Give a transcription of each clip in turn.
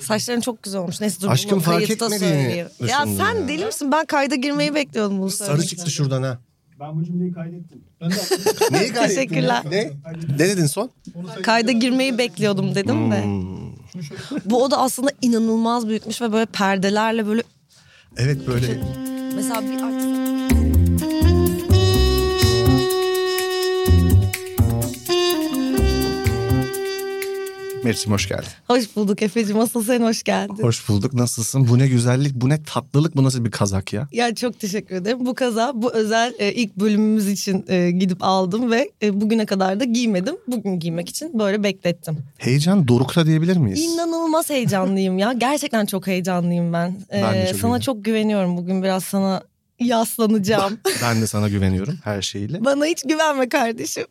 Saçların çok güzel olmuş. Neyse dur Aşkım bunu fark kayıtta etmediğini söyleyeyim. Ya düşündüm sen ya. deli misin? Ben kayda girmeyi bekliyordum bunu Sarı söylemek çıktı şuradan ha. Ben bu cümleyi kaydettim. Ben de Neyi kaydettin? Teşekkürler. Ne? Ne dedin son? için. Kayda girmeyi bekliyordum dedim de. Hmm. Bu oda aslında inanılmaz büyütmüş ve böyle perdelerle böyle Evet böyle. mesela bir artık Meriç'im hoş geldin. hoş bulduk Efe'cim asıl sen hoş geldin. Hoş bulduk. Nasılsın? Bu ne güzellik, bu ne tatlılık, bu nasıl bir kazak ya? Ya çok teşekkür ederim. Bu kaza bu özel e, ilk bölümümüz için e, gidip aldım ve e, bugüne kadar da giymedim. Bugün giymek için böyle beklettim. Heyecan dorukta diyebilir miyiz? İnanılmaz heyecanlıyım ya. Gerçekten çok heyecanlıyım ben. Ben de çok Ee, sana heyecanlıyım. çok güveniyorum. Bugün biraz sana yaslanacağım. Ben de sana güveniyorum her şeyiyle. Bana hiç güvenme kardeşim.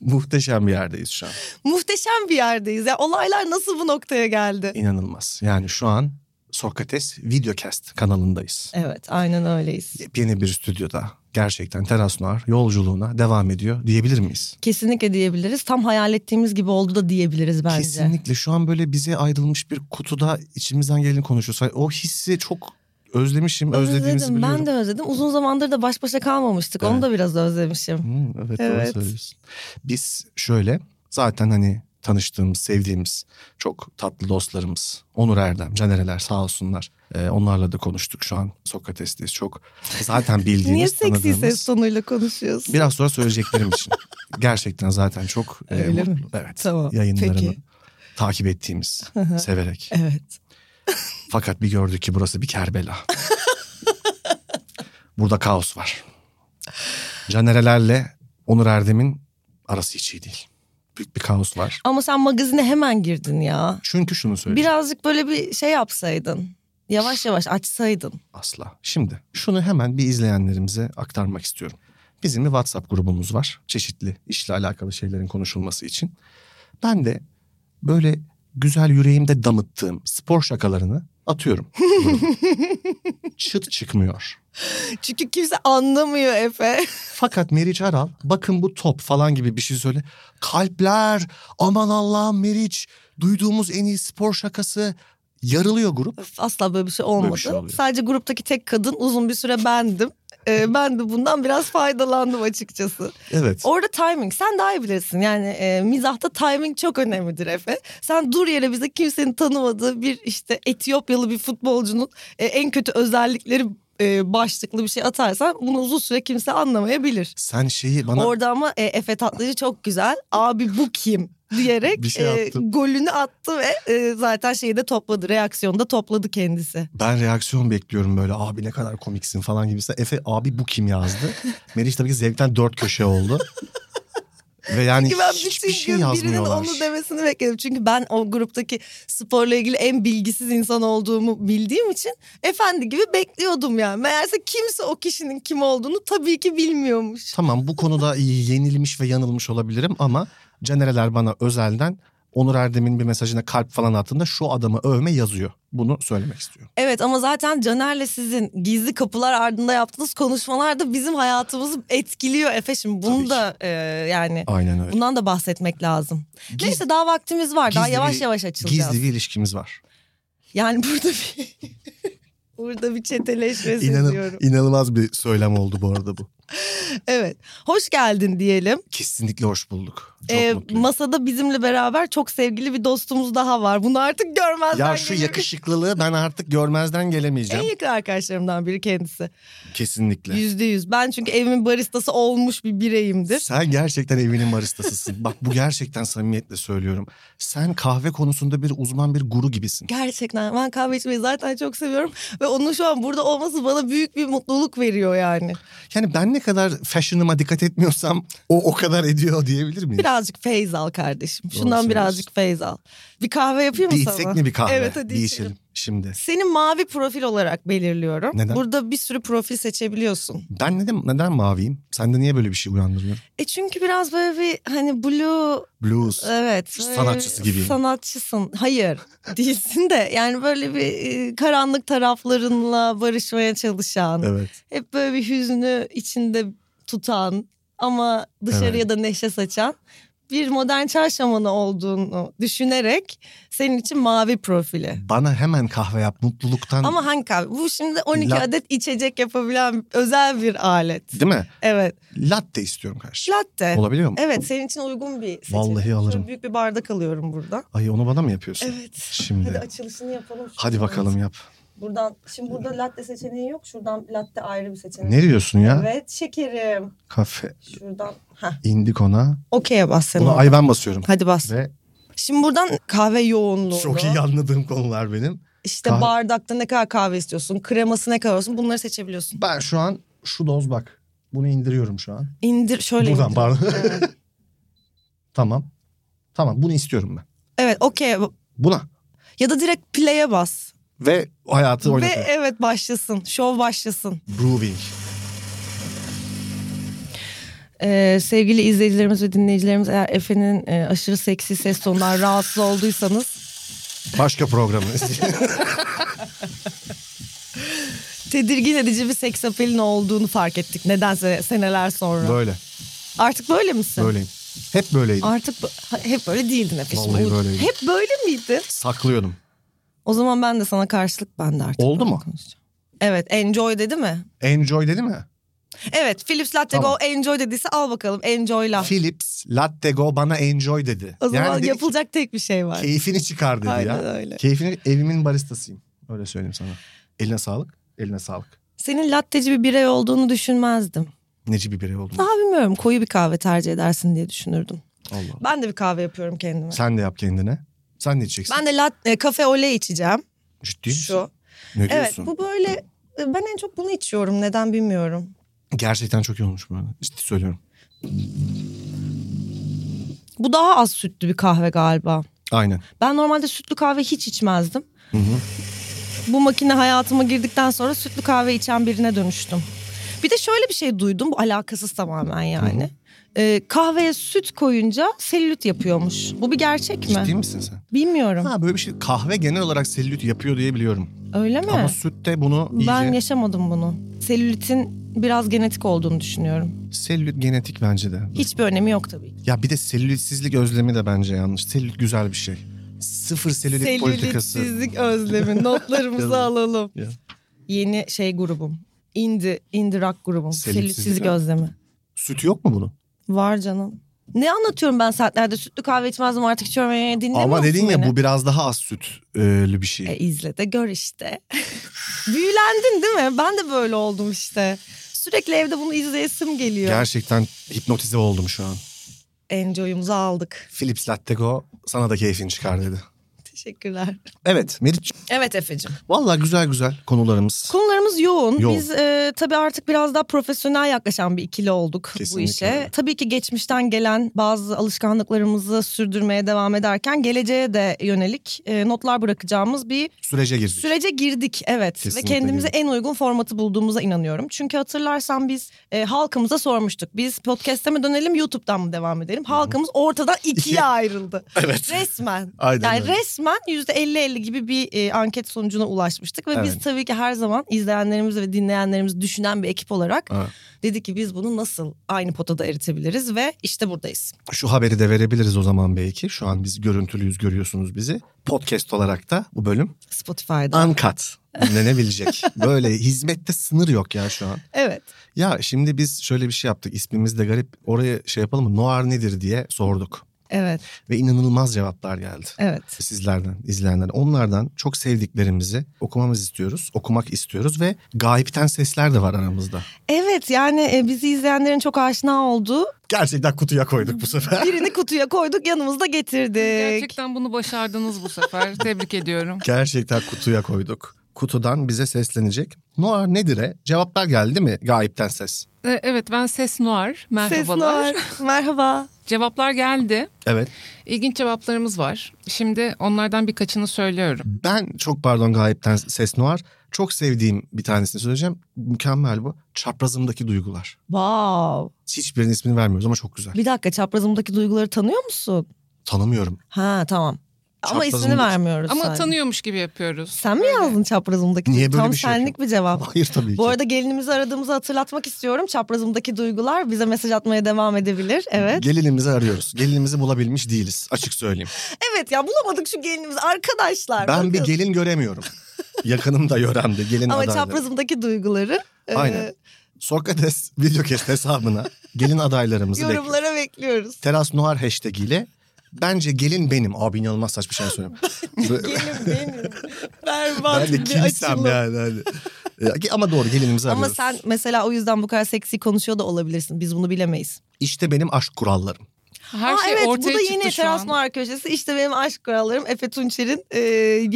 Muhteşem bir yerdeyiz şu an. Muhteşem bir yerdeyiz. Ya olaylar nasıl bu noktaya geldi? İnanılmaz. Yani şu an Sokrates Videocast kanalındayız. Evet, aynen öyleyiz. Yepyeni bir stüdyoda. Gerçekten Teras Noir yolculuğuna devam ediyor diyebilir miyiz? Kesinlikle diyebiliriz. Tam hayal ettiğimiz gibi oldu da diyebiliriz bence. Kesinlikle şu an böyle bize ayrılmış bir kutuda içimizden geleni konuşuyoruz. O hissi çok özlemişim, özlediğimizi Özledim, biliyorum. ben de özledim. Uzun zamandır da baş başa kalmamıştık. Onu Evet. da biraz özlemişim. Hmm, evet, Evet. doğru söylüyorsun. Biz şöyle zaten hani tanıştığımız, sevdiğimiz çok tatlı dostlarımız Onur Erdem, Canereler sağ olsunlar. Ee, onlarla da konuştuk şu an Sokrates'teyiz. Çok zaten bildiğimiz, Niye seksi ses tanıdığımız. tonuyla konuşuyorsun? Biraz sonra söyleyeceklerim için. Gerçekten zaten çok e, Öyle mi? mutlu. Evet. Tamam, Yayınlarını peki. takip ettiğimiz, severek. Evet. Fakat bir gördük ki burası bir Kerbela. Burada kaos var. Canerelerle Onur Erdem'in arası hiç iyi değil. Büyük bir kaos var. Ama sen magazine hemen girdin ya. Çünkü şunu söyleyeyim Birazcık böyle bir şey yapsaydın. Yavaş yavaş açsaydın. asla. Şimdi şunu hemen bir izleyenlerimize aktarmak istiyorum. Bizim bir WhatsApp grubumuz var. Çeşitli işle alakalı şeylerin konuşulması için. Ben de böyle güzel yüreğimde damıttığım spor şakalarını atıyorum. grubuma. Çıt çıkmıyor. Çünkü kimse anlamıyor Efe. Fakat Meriç Aral bakın bu top falan gibi bir şey söyle. Kalpler aman Allah'ım Meriç duyduğumuz en iyi spor şakası yarılıyor grup. Asla böyle bir şey olmadı. Böyle bir şey oluyor. Sadece gruptaki tek kadın uzun bir süre bendim. Ee, ben de bundan biraz faydalandım açıkçası. Evet. Orada timing sen daha iyi bilirsin. Yani e, mizahta timing çok önemlidir Efe. Sen dur yere bize kimsenin tanımadığı bir işte Etiyopyalı bir futbolcunun e, en kötü özellikleri e, başlıklı bir şey atarsan bunu uzun süre kimse anlamayabilir. Sen şeyi bana Orada ama e, Efe Tatlıcı çok güzel. Abi bu kim? diyerek Bir şey e, attı. golünü attı ve e, zaten şeyi de topladı. Reaksiyonda topladı kendisi. ben reaksiyon bekliyorum böyle abi ne kadar komiksin falan gibisi. Efe abi bu kim yazdı? Meriç tabii ki zevkten dört köşe oldu. Ve yani Ki ben hiçbir bütün şey gün birinin yazmıyorlar. onu demesini bekledim. Çünkü ben o gruptaki sporla ilgili en bilgisiz insan olduğumu bildiğim için efendi gibi bekliyordum yani. Meğerse kimse o kişinin kim olduğunu tabii ki bilmiyormuş. Tamam bu konuda yenilmiş ve yanılmış olabilirim ama Canereler bana özelden Onur Erdem'in bir mesajına kalp falan attığında şu adamı övme yazıyor. Bunu söylemek istiyorum. Evet ama zaten Caner'le sizin gizli kapılar ardında yaptığınız konuşmalar da bizim hayatımızı etkiliyor Efe. Şimdi Tabii ki. bunu da e, yani Aynen öyle. bundan da bahsetmek lazım. Giz- Neyse daha vaktimiz var. Daha gizli yavaş bir- yavaş açılacağız. Gizli bir ilişkimiz var. Yani burada bir... Burada bir çeteleşme İnanın, seziyorum. inanılmaz bir söylem oldu bu arada bu. Evet. Hoş geldin diyelim. Kesinlikle hoş bulduk. Çok Ee, mutluyum. masada bizimle beraber çok sevgili bir dostumuz daha var. Bunu artık görmezden ya şu gelirim. yakışıklılığı ben artık görmezden En gelemeyeceğim. yakın arkadaşlarımdan biri kendisi. Kesinlikle. Yüzde yüz. Ben çünkü evimin baristası olmuş bir bireyimdir. Sen gerçekten evinin baristasısın. Bak bu gerçekten samimiyetle söylüyorum. Sen kahve konusunda bir uzman bir guru gibisin. Gerçekten ben kahve içmeyi zaten çok seviyorum. Ve onun şu an burada olması bana büyük bir mutluluk veriyor yani. Yani ben ne kadar fashion'ıma dikkat etmiyorsam o o kadar ediyor diyebilir miyim? Birazcık feyz al kardeşim. Doğru Şundan söylüyorsun. birazcık feyz al. Bir kahve yapayım mı bir sana? içsek mi bir kahve? Evet, hadi bir içelim. şimdi. Seni mavi profil olarak belirliyorum. Neden? Burada bir sürü profil seçebiliyorsun. Ben neden, neden maviyim? Sende niye böyle bir şey uyandırıyor? E çünkü biraz böyle bir hani blue Blues. evet. böyle Sanatçısı bir gibiyim. Sanatçısın. Hayır değilsin de yani böyle bir e, karanlık taraflarınla barışmaya çalışan. evet. Hep böyle bir hüznü içinde tutan ama dışarıya da neşe saçan bir modern çarşı amanı olduğunu düşünerek senin için mavi profili. Bana hemen kahve yap mutluluktan. Ama hangi kahve? Bu şimdi 12 Lat- adet içecek yapabilen özel bir alet. Değil mi? Evet. Latte istiyorum karşı. Latte. Olabiliyor mu? Evet senin için uygun bir seçenek. Vallahi Şöyle alırım. büyük bir bardak alıyorum burada. Ay onu bana mı yapıyorsun? Evet. Şimdi. Hadi Hadi, açılışını yapalım. şu an. bakalım yap. Buradan şimdi burada latte seçeneği yok. Şuradan latte ayrı bir seçenek. Ne diyorsun ya? Evet şekerim. Kafe. Şuradan. Heh. indik ona. Okey'e bas sen. Buna ona. ay ben basıyorum. Hadi bas. Ve Şimdi buradan kahve yoğunluğu. çok iyi anladığım konular benim. İşte Kahve- bardakta ne kadar kahve istiyorsun, kreması ne kadar olsun bunları seçebiliyorsun. Ben şu an şu doz bak. Bunu indiriyorum şu an. İndir şöyle. Buradan indir. pardon. Evet. tamam. Tamam bunu istiyorum ben. Evet, okey. Buna. Ya da direkt play'e bas. Ve hayatı Ve oynatıyor. evet başlasın. Şov başlasın. Brewing. Ee, sevgili izleyicilerimiz ve dinleyicilerimiz eğer Efe'nin e, aşırı seksi ses tonundan rahatsız olduysanız Başka programı. tedirgin edici bir seks apelin olduğunu fark ettik. Nedense seneler sonra. böyle. Artık böyle misin? Böyleyim. Hep böyleydim. Artık bö- Ha, hep böyle değildin Efe'cim. Vallahi Bu- böyleydim. Hep böyle miydin? Saklıyordum. O zaman ben de sana karşılık ben de artık. Oldu böyle mu? konuşacağım. Evet enjoy dedi mi? Enjoy dedi mi? Evet Philips Latte Tamam. Go enjoy dediyse al bakalım enjoy'la. Philips Latte Go bana enjoy dedi. O zaman dedi ki, yapılacak tek bir şey var. Keyfini çıkar dedi Aynen ya. öyle. Keyfini evimin baristasıyım. Öyle söyleyeyim sana. Eline sağlık. Eline sağlık. Senin latteci bir birey olduğunu düşünmezdim. Neci bir birey oldun. Daha bilmiyorum koyu bir kahve tercih edersin diye düşünürdüm. Allah. Allah. Ben de bir kahve yapıyorum kendime. Sen de yap kendine. Sen ne içeceksin? Ben de latte, kafe ole içeceğim. Ciddi misin? Şu. Ne Evet diyorsun? bu böyle e, ben en çok bunu içiyorum neden bilmiyorum. Gerçekten çok iyi olmuş bu arada. Ciddi söylüyorum. Bu daha az sütlü bir kahve galiba. Aynen. Ben normalde sütlü kahve hiç içmezdim. Bu makine hayatıma girdikten sonra sütlü kahve içen birine dönüştüm. Bir de şöyle bir şey duydum. Bu alakasız tamamen yani. Ee, kahveye süt koyunca selülit yapıyormuş. Bu bir gerçek mi? Ciddi misin sen? Bilmiyorum. Ha böyle bir şey. Kahve genel olarak selülit yapıyor diye biliyorum. Öyle mi? Ama süt de bunu iyice... Ben yaşamadım bunu. Selülitin biraz genetik olduğunu düşünüyorum. Selülit genetik bence de. Hiçbir önemi yok tabii ki. Ya bir de selülitsizlik özlemi de bence yanlış. Selülit güzel bir şey. Sıfır selülit politikası. Selülitsizlik özlemi. Notlarımızı Ya. alalım. Ya. Yeni şey grubum. Indie, indie rock grubum. Selülitsizlik Selülitsizlik ha. özlemi. Süt yok mu bunun? Var canım. Ne anlatıyorum ben saatlerde? Sütlü kahve içmezdim artık içiyorum. Ee, Dinlemiyor Ama musun dedin ya beni? bu biraz daha az sütlü bir şey. E, izle de gör işte. Büyülendin değil mi? Ben de böyle oldum işte. Sürekli evde bunu izleyesim geliyor. Gerçekten hipnotize oldum şu an. Enjoy'umuzu aldık. Philips Latte Go sana da keyfin çıkar dedi. Teşekkürler. Evet Meriç. Evet Efe'cim. Valla güzel güzel konularımız. Konularımız yoğun. Yoğun. Biz e, tabii artık biraz daha profesyonel yaklaşan bir ikili olduk Kesinlikle bu işe. öyle. Tabii ki geçmişten gelen bazı alışkanlıklarımızı sürdürmeye devam ederken geleceğe de yönelik e, notlar bırakacağımız bir Sürece girdik. sürece girdik. Evet Kesinlikle ve kendimize girdik. en uygun formatı bulduğumuza inanıyorum. Çünkü hatırlarsan biz e, halkımıza sormuştuk. Biz podcast'e mi dönelim YouTube'dan mı devam edelim? Halkımız ortadan ikiye İkiye. ayrıldı. Evet. Resmen. Aynen Yani öyle. resmen %50-50 gibi bir e, anket sonucuna ulaşmıştık ve biz Evet. tabii ki her zaman izleyenlerimiz ve dinleyenlerimiz düşünen bir ekip olarak Evet. dedik ki biz bunu nasıl aynı potada eritebiliriz ve işte buradayız. Şu haberi de verebiliriz o zaman belki. Şu an biz görüntülüyüz görüyorsunuz bizi. Podcast olarak da bu bölüm Spotify'da. uncut dinlenebilecek. Böyle hizmette sınır yok ya şu an. evet. Ya şimdi biz şöyle bir şey yaptık. İsmimiz de garip. Oraya şey yapalım mı? Noir nedir diye sorduk. Evet. Ve inanılmaz cevaplar geldi. Evet. Sizlerden, izleyenlerden. Onlardan çok sevdiklerimizi okumamız istiyoruz. Okumak istiyoruz ve gayipten sesler de var aramızda. Evet yani e, bizi izleyenlerin çok aşina olduğu Gerçekten kutuya koyduk bu sefer. birini kutuya koyduk yanımızda getirdik. Gerçekten bunu başardınız bu sefer. Tebrik ediyorum. Gerçekten kutuya koyduk. Kutudan bize seslenecek. Noir nedir'e cevaplar geldi değil mi? Gayipten ses. E, Evet ben Ses Noir. Merhabalar. Sesler. Merhaba. Cevaplar geldi. Evet. İlginç cevaplarımız var. Şimdi onlardan birkaçını söylüyorum. Ben çok pardon gayipten ses Noir. Çok sevdiğim bir tanesini söyleyeceğim. Mükemmel bu. Çaprazımdaki duygular. Wow. Hiçbirinin ismini vermiyoruz ama çok güzel. Bir dakika çaprazımdaki duyguları tanıyor musun? Tanımıyorum. Ha tamam. Ama ismini Çaprazımdaki- vermiyoruz. Ama sadece. tanıyormuş gibi yapıyoruz. Sen mi yazdın çaprazımdaki? Niye böyle Tam bir şey senlik bir cevap. Hayır tabii ki. Bu arada gelinimizi aradığımızı hatırlatmak istiyorum. Çaprazımdaki duygular bize mesaj atmaya devam edebilir. Evet. Gelinimizi arıyoruz. Gelinimizi bulabilmiş değiliz açık söyleyeyim. Evet ya bulamadık şu gelinimizi arkadaşlar. Ben bakın. bir gelin göremiyorum. Yakınım da yöremde gelin Ama adayları. çaprazımdaki duyguları e, Aynen. Sokrates videocast hesabına gelin adaylarımızı bekliyoruz. yorumlara bekliyoruz. Teras Noir hashtag ile bence gelin benim. Abi inanılmaz saçma şey söylüyorum. Gelin benim. Berbat ben de bir kimsem açılım. yani. hani. E, Ama doğru gelinimizi Ama arıyoruz. sen mesela o yüzden bu kadar seksi konuşuyor da olabilirsin. Biz bunu bilemeyiz. İşte benim aşk kurallarım. Her Aa, şey evet bu ortaya da çıktı yine şu Teras an. Noir köşesi. İşte benim aşk kurallarım Efe Tunçer'in e,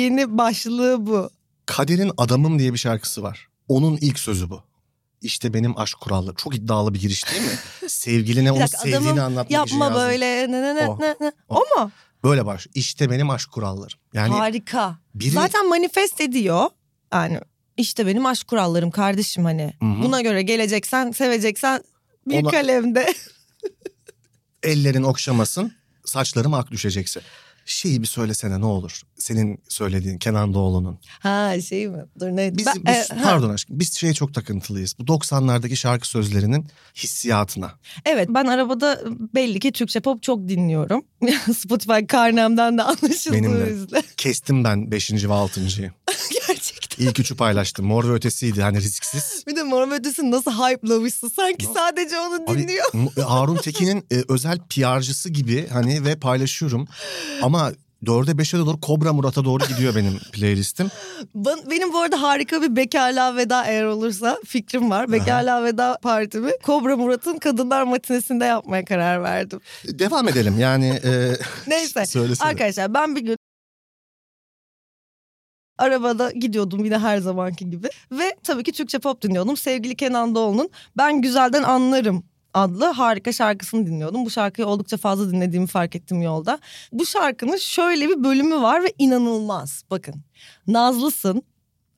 yeni başlığı bu. Kader'in Adamım diye bir şarkısı var. Onun ilk sözü bu. İşte benim aşk kuralları. Çok iddialı bir giriş değil mi? Sevgiline onu dakika, sevdiğini adamım anlatmak için Yapma yazdım. böyle. Ne, ne, ne, O. ne, ne. O. O mu? Böyle baş. İşte benim aşk kurallarım. Yani Harika. biri... Zaten manifest ediyor. Yani işte benim aşk kurallarım kardeşim hani. Hı hı. Buna göre geleceksen, seveceksen bir Ona- kalemde. ellerin okşamasın, saçlarım ak düşecekse. Şeyi bir söylesene ne olur. Senin söylediğin Kenan Doğulu'nun. ha şey mi? Dur ne? Biz, Ben- biz e, ha. pardon aşkım biz şeye çok takıntılıyız. Bu 90'lardaki şarkı sözlerinin hissiyatına. Evet ben arabada belli ki Türkçe pop çok dinliyorum. Spotify karnemden de Benim anlaşıldığı de. üzere. Kestim ben 5. ve 6.yı. Gerçekten. İlk üçü paylaştım. Mor ve ötesiydi hani risksiz. Bir de Mor ve Ötesi nasıl hype'lamışsın. Sanki Ya. sadece onu Abi, dinliyor. M- Harun Tekin'in e, özel PR'cısı gibi hani ve paylaşıyorum. Ama 4'e 5'e doğru Kobra Murat'a doğru gidiyor benim playlistim. Ben- benim bu arada harika bir bekarlığa veda eğer olursa fikrim var. Bekarlığa veda partimi Kobra Murat'ın Kadınlar Matinesinde yapmaya karar verdim. Devam edelim yani. E, Neyse söylesene. arkadaşlar ben bir gün arabada gidiyordum yine her zamanki gibi. Ve tabii ki Türkçe pop dinliyordum. Sevgili Kenan Doğulu'nun Ben Güzelden Anlarım adlı harika şarkısını dinliyordum. Bu şarkıyı oldukça fazla dinlediğimi fark ettim yolda. Bu şarkının şöyle bir bölümü var ve inanılmaz. Bakın. Nazlısın.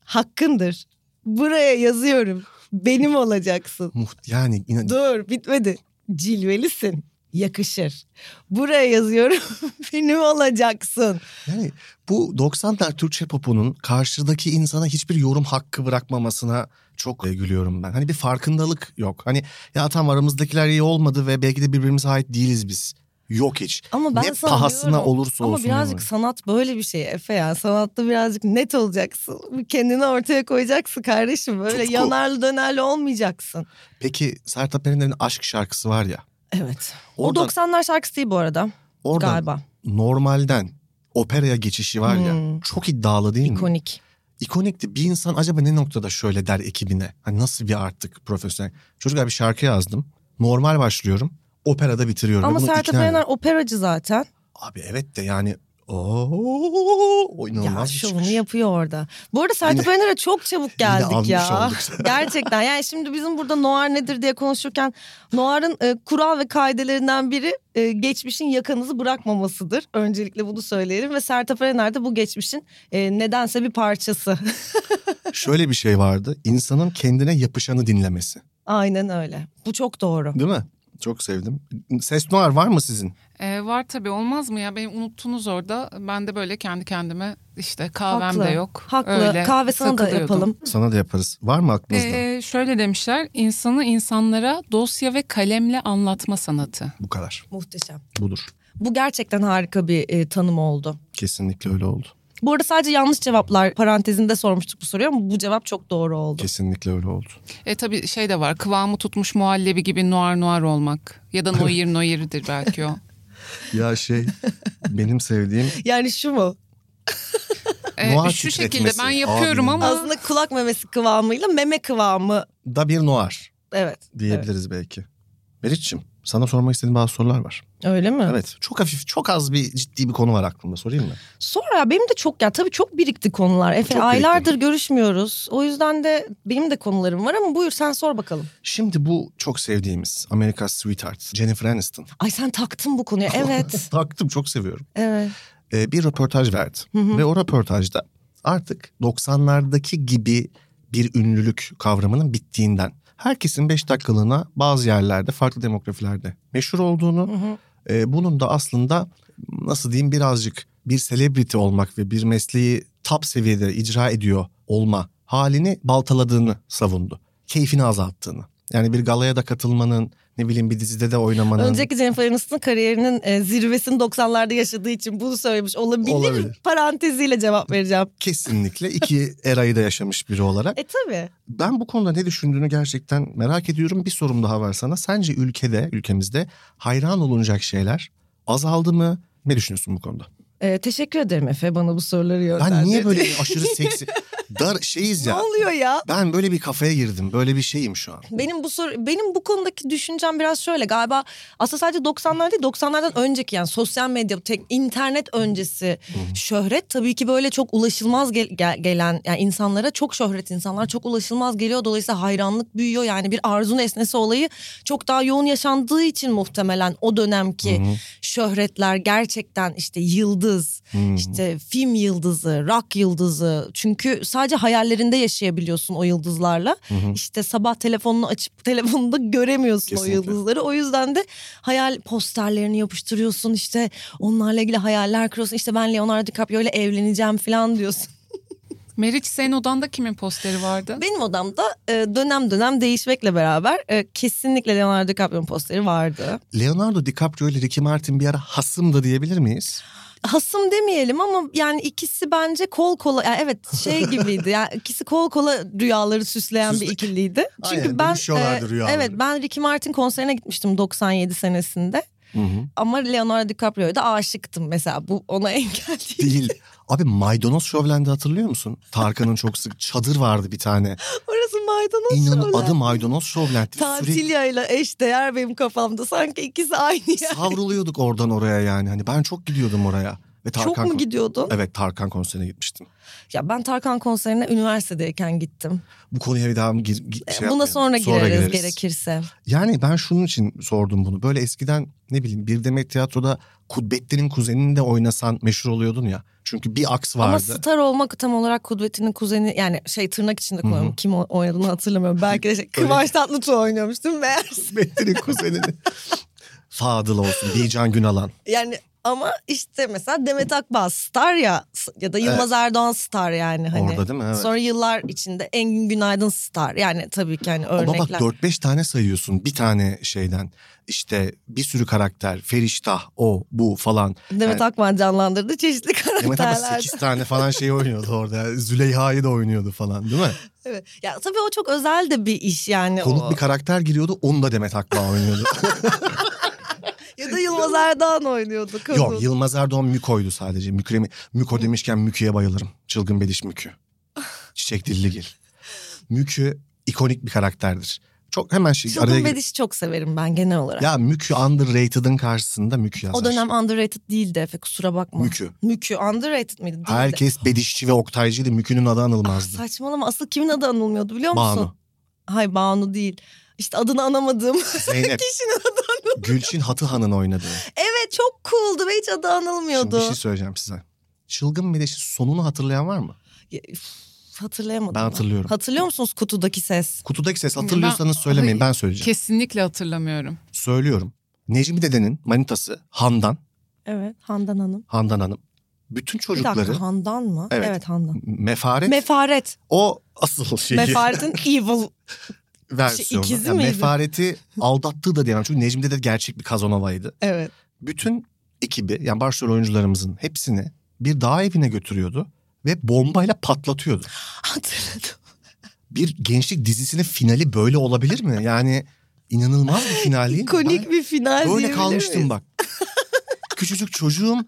Hakkındır. Buraya yazıyorum. Benim olacaksın. muht- yani inan- Dur bitmedi. Cilvelisin. Yakışır. Buraya yazıyorum. Benim olacaksın. Yani bu 90'lar Türkçe popunun karşıdaki insana hiçbir yorum hakkı bırakmamasına çok e, gülüyorum ben. Hani bir farkındalık yok. Hani ya tam aramızdakiler iyi olmadı ve belki de birbirimize ait değiliz biz. Yok hiç. Ama ben ne sana pahasına diyorum. olursa Ama olsun. birazcık yani. sanat böyle bir şey Efe ya. Sanatta birazcık net olacaksın. Kendini ortaya koyacaksın kardeşim. Böyle Tutku. yanarlı dönerli olmayacaksın. Peki Sertab Erener'in aşk şarkısı var ya. Evet. Oradan, O 90'lar şarkısı değil bu arada oradan galiba. normalden operaya geçişi var ya. Hmm. Çok iddialı değil mi? İkonik. İkonikti. Bir insan acaba ne noktada şöyle der ekibine? Hani nasıl bir artık profesyonel? Çocuklar bir şarkı yazdım. Normal başlıyorum. Operada bitiriyorum. Ama Bunu Sertab ikna edin. Erener operacı zaten. Abi evet de yani ooo o inanılmaz Ya bir şey." şovunu çıkış. Hani yapıyor orada. Bu arada Sertab Erener'e çok çabuk geldik almış ya. olduk. Gerçekten yani şimdi bizim burada noir nedir diye konuşurken noir'ın e, kural ve kaidelerinden biri e, geçmişin yakanızı bırakmamasıdır. Öncelikle bunu söyleyelim ve Sertab Erener de bu geçmişin e, nedense bir parçası. Şöyle bir şey vardı. İnsanın kendine yapışanı dinlemesi. Aynen öyle. Bu çok doğru. Değil mi? Çok sevdim. Ses noir var mı sizin? Ee, var tabii olmaz mı ya? Beni unuttunuz orada. Ben de böyle kendi kendime işte kahvem Haklı. de yok. Haklı. Öyle Kahve sana da takılıyordum. yapalım. Sana da yaparız. Var mı aklınızda? Ee, şöyle demişler insanı insanlara dosya ve kalemle anlatma sanatı. Bu kadar. Muhteşem. Budur. Bu gerçekten harika bir e, tanım oldu. Kesinlikle öyle oldu. Bu arada sadece yanlış cevaplar parantezinde sormuştuk bu soruyu ama bu cevap çok doğru oldu. Kesinlikle öyle oldu. E tabii şey de var kıvamı tutmuş muhallebi gibi noir noir olmak ya da noir noir'dir belki o. Ya şey benim sevdiğim Yani şu mu? E, Noir şu şekilde titretmesi. ben yapıyorum Abi. ama Aslında kulak memesi kıvamıyla meme kıvamı da bir noir evet. diyebiliriz belki. Meriç'ciğim sana sormak istediğim bazı sorular var. Öyle mi? Evet çok hafif çok az bir ciddi bir konu var aklımda sorayım mı? Sonra ya benim de çok ya tabii çok birikti konular. Efe Çok aylardır görüşmüyoruz. O yüzden de benim de konularım var ama buyur sen sor bakalım. Şimdi bu çok sevdiğimiz Amerika Sweetheart Jennifer Aniston. Ay sen taktın bu konuya. Evet. Taktım çok seviyorum. evet. Ee, bir röportaj verdi. Ve o röportajda artık 90'lardaki gibi bir ünlülük kavramının bittiğinden herkesin 5 dakikalığına bazı yerlerde farklı demografilerde meşhur olduğunu Hı hı. e, bunun da aslında nasıl diyeyim birazcık bir selebriti olmak ve bir mesleği top seviyede icra ediyor olma halini baltaladığını savundu. Keyfini azalttığını. Yani bir galaya da katılmanın, ne bileyim bir dizide de oynamanın. Önceki Jennifer Aniston kariyerinin e, zirvesini 90'larda yaşadığı için bunu söylemiş olabilir. Olabilir. Paranteziyle cevap vereceğim. Kesinlikle iki erayı da yaşamış biri olarak. E tabii. Ben bu konuda ne düşündüğünü gerçekten merak ediyorum. Bir sorum daha var sana. Sence ülkede, ülkemizde hayran olunacak şeyler azaldı mı? Ne düşünüyorsun bu konuda? E, teşekkür ederim Efe bana bu soruları Ben yönlendirdi. niye böyle bir aşırı seksi dar şeyiz ne ya. oluyor ya? Ben böyle bir kafaya girdim. Böyle bir şeyim şu an. Benim bu soru benim bu konudaki düşüncem biraz şöyle galiba aslında sadece 90'lar değil 90'lardan önceki yani sosyal medya tek internet öncesi şöhret tabii ki böyle çok ulaşılmaz gel- gel- gelen yani insanlara çok şöhret insanlar çok ulaşılmaz geliyor dolayısıyla hayranlık büyüyor yani bir arzu nesnesi olayı çok daha yoğun yaşandığı için muhtemelen o dönemki şöhretler gerçekten işte yıldız işte film yıldızı, rock yıldızı. Çünkü sadece hayallerinde yaşayabiliyorsun o yıldızlarla. İşte sabah telefonunu açıp telefonunda göremiyorsun Kesinlikle. o yıldızları. O yüzden de hayal posterlerini yapıştırıyorsun. işte onlarla ilgili hayaller kuruyorsun. İşte ben Leonardo DiCaprio ile evleneceğim falan diyorsun. Meriç senin odanda kimin posteri vardı? Benim odamda e, dönem dönem değişmekle beraber e, kesinlikle Leonardo DiCaprio'nun posteri vardı. Leonardo DiCaprio ile Ricky Martin bir ara hasım da diyebilir miyiz? hasım demeyelim ama yani ikisi bence kol kola yani evet şey gibiydi. Yani ikisi kol kola rüyaları süsleyen bir ikiliydi. Çünkü Aynen, ben e, bölüşüyorlardı rüyaları. evet ben Ricky Martin konserine gitmiştim 97 senesinde. Hı hı. Ama Leonardo DiCaprio'ya da aşıktım mesela. Bu ona engel değil. Değil. Abi maydanoz şövlendi hatırlıyor musun? Tarkan'ın çok sık çadır vardı bir tane. Orası maydanoz İnanın şölen. adı maydanoz şövlendi. Sürekli Tantilya'yla eş değer benim kafamda. Sanki ikisi aynı yer. savruluyorduk oradan oraya yani. Hani ben çok gidiyordum oraya. Ve Tarkan Çok mu gidiyordun? Evet Tarkan konserine gitmiştim. Ya ben Tarkan konserine üniversitedeyken gittim. Bu konuya bir daha gir, gi- şey E, Buna yapmayalım. sonra, gireriz, gerekirse. Yani ben şunun için sordum bunu. Böyle eskiden ne bileyim bir demek tiyatroda Kudbettin'in kuzenini de oynasan meşhur oluyordun ya. Çünkü bir aks vardı. Ama star olmak tam olarak Kudret'in kuzeni yani şey tırnak içinde koyuyorum. Kim o- oynadığını hatırlamıyorum. Belki de şey, Kıvanç Tatlıtuğ oynuyormuş değil mi? Meğerse. Kudbettin'in kuzenini. Fadıl olsun, Bican Günalan. Yani ama işte mesela Demet Akbağ star ya s- ya da Yılmaz Erdoğan star yani hani. Orada değil mi? Evet. Sonra yıllar içinde Engin Günaydın star. Yani tabii ki hani Ama bak örnekler. 4-5 tane sayıyorsun bir tane şeyden. İşte bir sürü karakter, Feriştah, o, bu falan. Demet Akbağ canlandırdı çeşitli Demet ama karakterler. 8 tane falan şey oynuyordu orada. Züleyha'yı da oynuyordu falan değil mi? Evet. Ya tabii o çok özel de bir iş yani Konuk o. bir karakter giriyordu onu da Demet Akbağ oynuyordu. Ya da Yılmaz Erdoğan oynuyordu. kadın. Yok Yılmaz Erdoğan Müko'ydu sadece. Mükremi, Müko demişken Mükü'ye bayılırım. Çılgın Bediş Mükü. Çiçek Dilligil. Mükü ikonik bir karakterdir. Çok hemen şey araya Çılgın gir- Bediş'i çok severim ben genel olarak. Ya Mükü underrated'ın karşısında Mükü yazar. O dönem underrated değildi Efe kusura bakma. Mükü. Mükü underrated miydi? Değildi. Herkes Bedişçi ve Oktaycıydı. Mükü'nün adı anılmazdı. Saçmalama asıl kimin adı anılmıyordu biliyor musun? Banu, Hay Banu değil. İşte adını anamadığım Zeynep, kişinin adı. Gülçin Hatıhan'ın oynadığı. Evet çok cooldu ve hiç adı Şimdi anılmıyordu. bir şey söyleyeceğim size. Çılgın Bediş'in sonunu hatırlayan var mı? Ya, üf, Hatırlayamadım. Ben hatırlıyorum. Hatırlıyor musunuz kutudaki ses? Kutudaki ses hatırlıyorsanız söylemeyin ben söyleyeceğim. Kesinlikle hatırlamıyorum. Söylüyorum. Necmi dedenin manitası Handan, Evet Handan Hanım. Handan Hanım. Bütün Bir çocukları dakika Handan mı? Evet. Handan. Mefaret Mefaret. o asıl şeyi Mefaretin evil. versiyonu. şey, ikizi Yani miydi? mefareti aldattığı da diyemem. Çünkü Necmi de gerçek bir Kazanova'ydı. Evet. Bütün ekibi yani başrol oyuncularımızın hepsini bir dağ evine götürüyordu ve bombayla patlatıyordu. Hatırladım. Bir gençlik dizisinin finali böyle olabilir mi? Yani inanılmaz bir final değil mi? İkonik Ben bir final Böyle diyebilir miyiz? kalmıştım bak. Küçücük çocuğum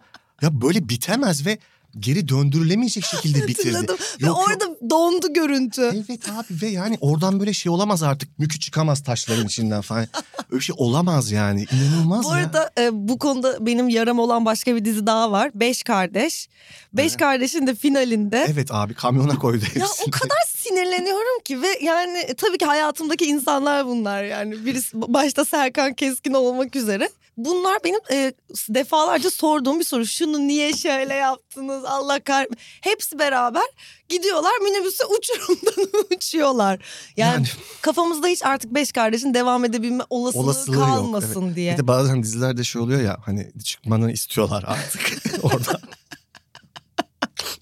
ya böyle bitemez ve geri döndürülemeyecek şekilde bitirdi. Hatırladım. Ve Yok, yok. orada dondu görüntü. Evet abi ve yani oradan böyle şey olamaz artık. Mükü çıkamaz taşların içinden falan. Öyle şey olamaz yani. İnanılmaz Bu ya. arada e, bu konuda benim yaram olan başka bir dizi daha var. Beş Kardeş. Beş Kardeş'in de finalinde Evet abi kamyona koydu hepsini. ya o kadar sinirleniyorum ki ve yani e, tabii ki hayatımdaki insanlar bunlar yani. Birisi başta Serkan Keskin olmak üzere. Bunlar benim e, defalarca sorduğum bir soru. Şunu niye şöyle yaptınız Allah kahretsin. Hepsi beraber gidiyorlar minibüse uçurumdan uçuyorlar. Yani, Yani- kafamızda hiç artık beş kardeşin devam edebilme olasılığı, Olasılığı yok, kalmasın diye. Bir de bazen dizilerde şey oluyor ya hani çıkmanı istiyorlar artık oradan.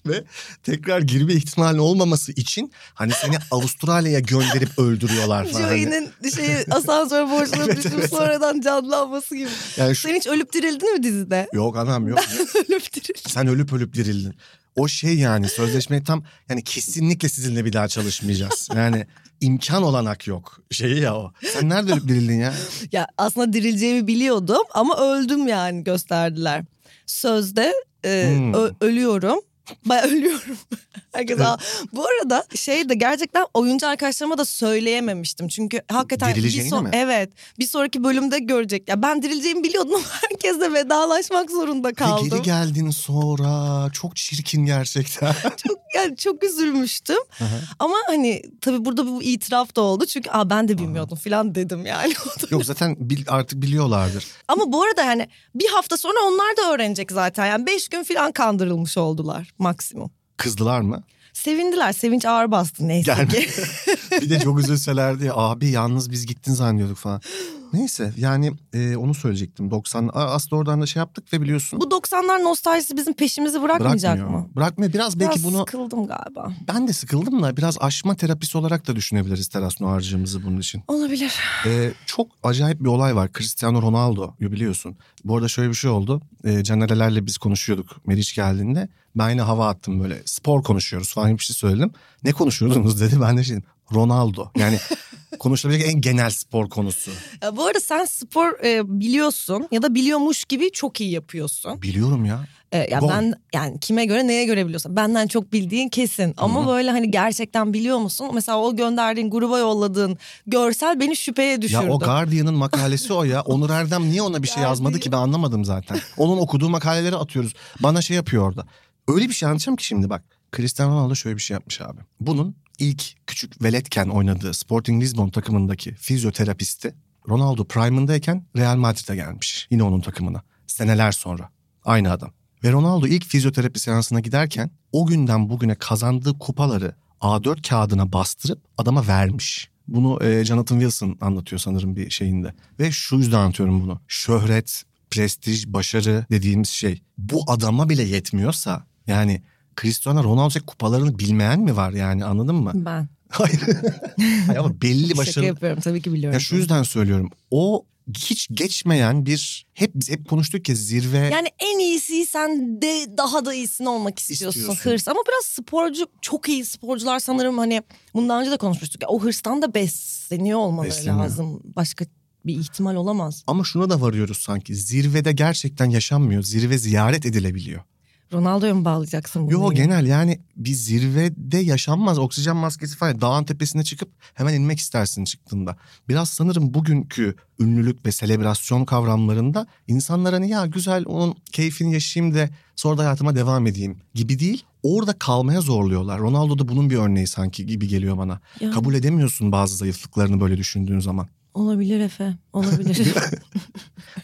ve tekrar girme ihtimali olmaması için hani seni Avustralya'ya gönderip öldürüyorlar falan. Hani, Joey'nin şey asansör borcuna düşüp sonradan canlanması gibi. yani şu... Sen hiç ölüp dirildin mi dizide? Yok anam yok. ölüp dirildin. Sen ölüp ölüp dirildin. O şey yani sözleşmeyi tam yani kesinlikle sizinle bir daha çalışmayacağız. Yani imkan olanak yok. Şeyi ya o. Sen nerede ölüp dirildin ya? Ya aslında dirileceğimi biliyordum ama öldüm yani gösterdiler. Sözde e, Hmm. ö- ölüyorum. Ben ölüyorum. Herkes "Aa." Bu arada şey de gerçekten oyuncu arkadaşlarıma da söyleyememiştim. Çünkü hakikaten bir Dirileceğini son- mi? evet bir sonraki bölümde görecek. Ya ben dirileceğimi biliyordum ama herkesle vedalaşmak zorunda Ve kaldım. geri geldin sonra çok çirkin gerçekten. çok yani çok üzülmüştüm. hı. Ama hani tabii burada bu itiraf da oldu. Çünkü Aa, ben de bilmiyordum falan dedim yani. Yok zaten bil- artık biliyorlardır. Ama bu arada yani bir hafta sonra onlar da öğrenecek zaten. Yani beş gün falan kandırılmış oldular maksimum. Kızdılar mı? Sevindiler. Sevinç ağır bastı neyse Gelme. ki. bir de çok üzülselerdi ya abi yalnız biz gittin zannediyorduk falan. Neyse yani e, onu söyleyecektim 90 A- aslında oradan da şey yaptık ve biliyorsun bu 90'lar nostaljisi bizim peşimizi bırakmayacak mı? Bırakmıyor. Biraz belki Biraz bunu sıkıldım galiba. ben de sıkıldım da biraz aşma terapisi olarak da düşünebiliriz teras noircığımızı bunun için. Olabilir. E, çok acayip bir olay var Cristiano Ronaldo biliyorsun. Bu arada şöyle bir şey oldu. E, Canerelerle biz konuşuyorduk Meriç geldiğinde. Ben yine hava attım böyle spor konuşuyoruz falan gibi bir şey söyledim. Ne konuşuyordunuz dedi ben de şey dedim Ronaldo. Yani konuşulabilecek en genel spor konusu. Ya bu arada sen spor e, biliyorsun ya da biliyormuş gibi çok iyi yapıyorsun. Biliyorum ya. E, ya Gol. ben yani kime göre neye göre biliyorsun. Benden çok bildiğin kesin ama böyle hani gerçekten biliyor musun? Mesela o gönderdiğin gruba yolladığın görsel beni şüpheye düşürdü. Ya o Guardian'ın makalesi o ya. Onur Erdem niye ona bir şey yazmadı ki ben anlamadım zaten. Onun okuduğu makaleleri atıyoruz. Bana şey yapıyor orada. Öyle bir şey anlatacağım ki şimdi bak. Cristiano Ronaldo şöyle bir şey yapmış abi. Bunun ilk küçük veletken oynadığı Sporting Lisbon takımındaki fizyoterapisti Ronaldo prime'ındayken Real Madrid'e gelmiş. Yine onun takımına. Seneler sonra. Aynı adam. Ve Ronaldo ilk fizyoterapi seansına giderken o günden bugüne kazandığı kupaları A4 kağıdına bastırıp adama vermiş. Bunu e, Jonathan Wilson anlatıyor sanırım bir şeyinde. Ve şu yüzden anlatıyorum bunu. Şöhret, prestij, başarı dediğimiz şey bu adama bile yetmiyorsa yani Cristiano Ronaldo kupalarını bilmeyen mi var yani anladın mı? Ben Hayır. Hayır ama belli şaka başarı yapıyorum tabii ki biliyorum. ya şu yüzden söylüyorum. O hiç geçmeyen bir hep biz hep konuştuk ya zirve. Yani en iyisi sen de daha da iyisini olmak istiyorsun, İstiyorsun. hırs. Ama biraz sporcu çok iyi sporcular sanırım hani bundan önce de konuşmuştuk. Ya o hırstan da besleniyor olmaları Besleniyor. lazım. Başka bir ihtimal olamaz. Ama şuna da varıyoruz sanki. Zirvede gerçekten yaşanmıyor. Zirve ziyaret edilebiliyor. Ronaldo'ya mı bağlayacaksın bunu? Yo yine? genel yani bir zirvede yaşanmaz. Oksijen maskesi falan dağın tepesine çıkıp hemen inmek istersin çıktığında. Biraz sanırım bugünkü ünlülük ve selebrasyon kavramlarında insanlar hani ya güzel onun keyfini yaşayayım da sonra da hayatıma devam edeyim gibi değil. Orada kalmaya zorluyorlar. Ronaldo da bunun bir örneği sanki gibi geliyor bana. Yani Kabul edemiyorsun bazı zayıflıklarını böyle düşündüğün zaman. Olabilir Efe, olabilir.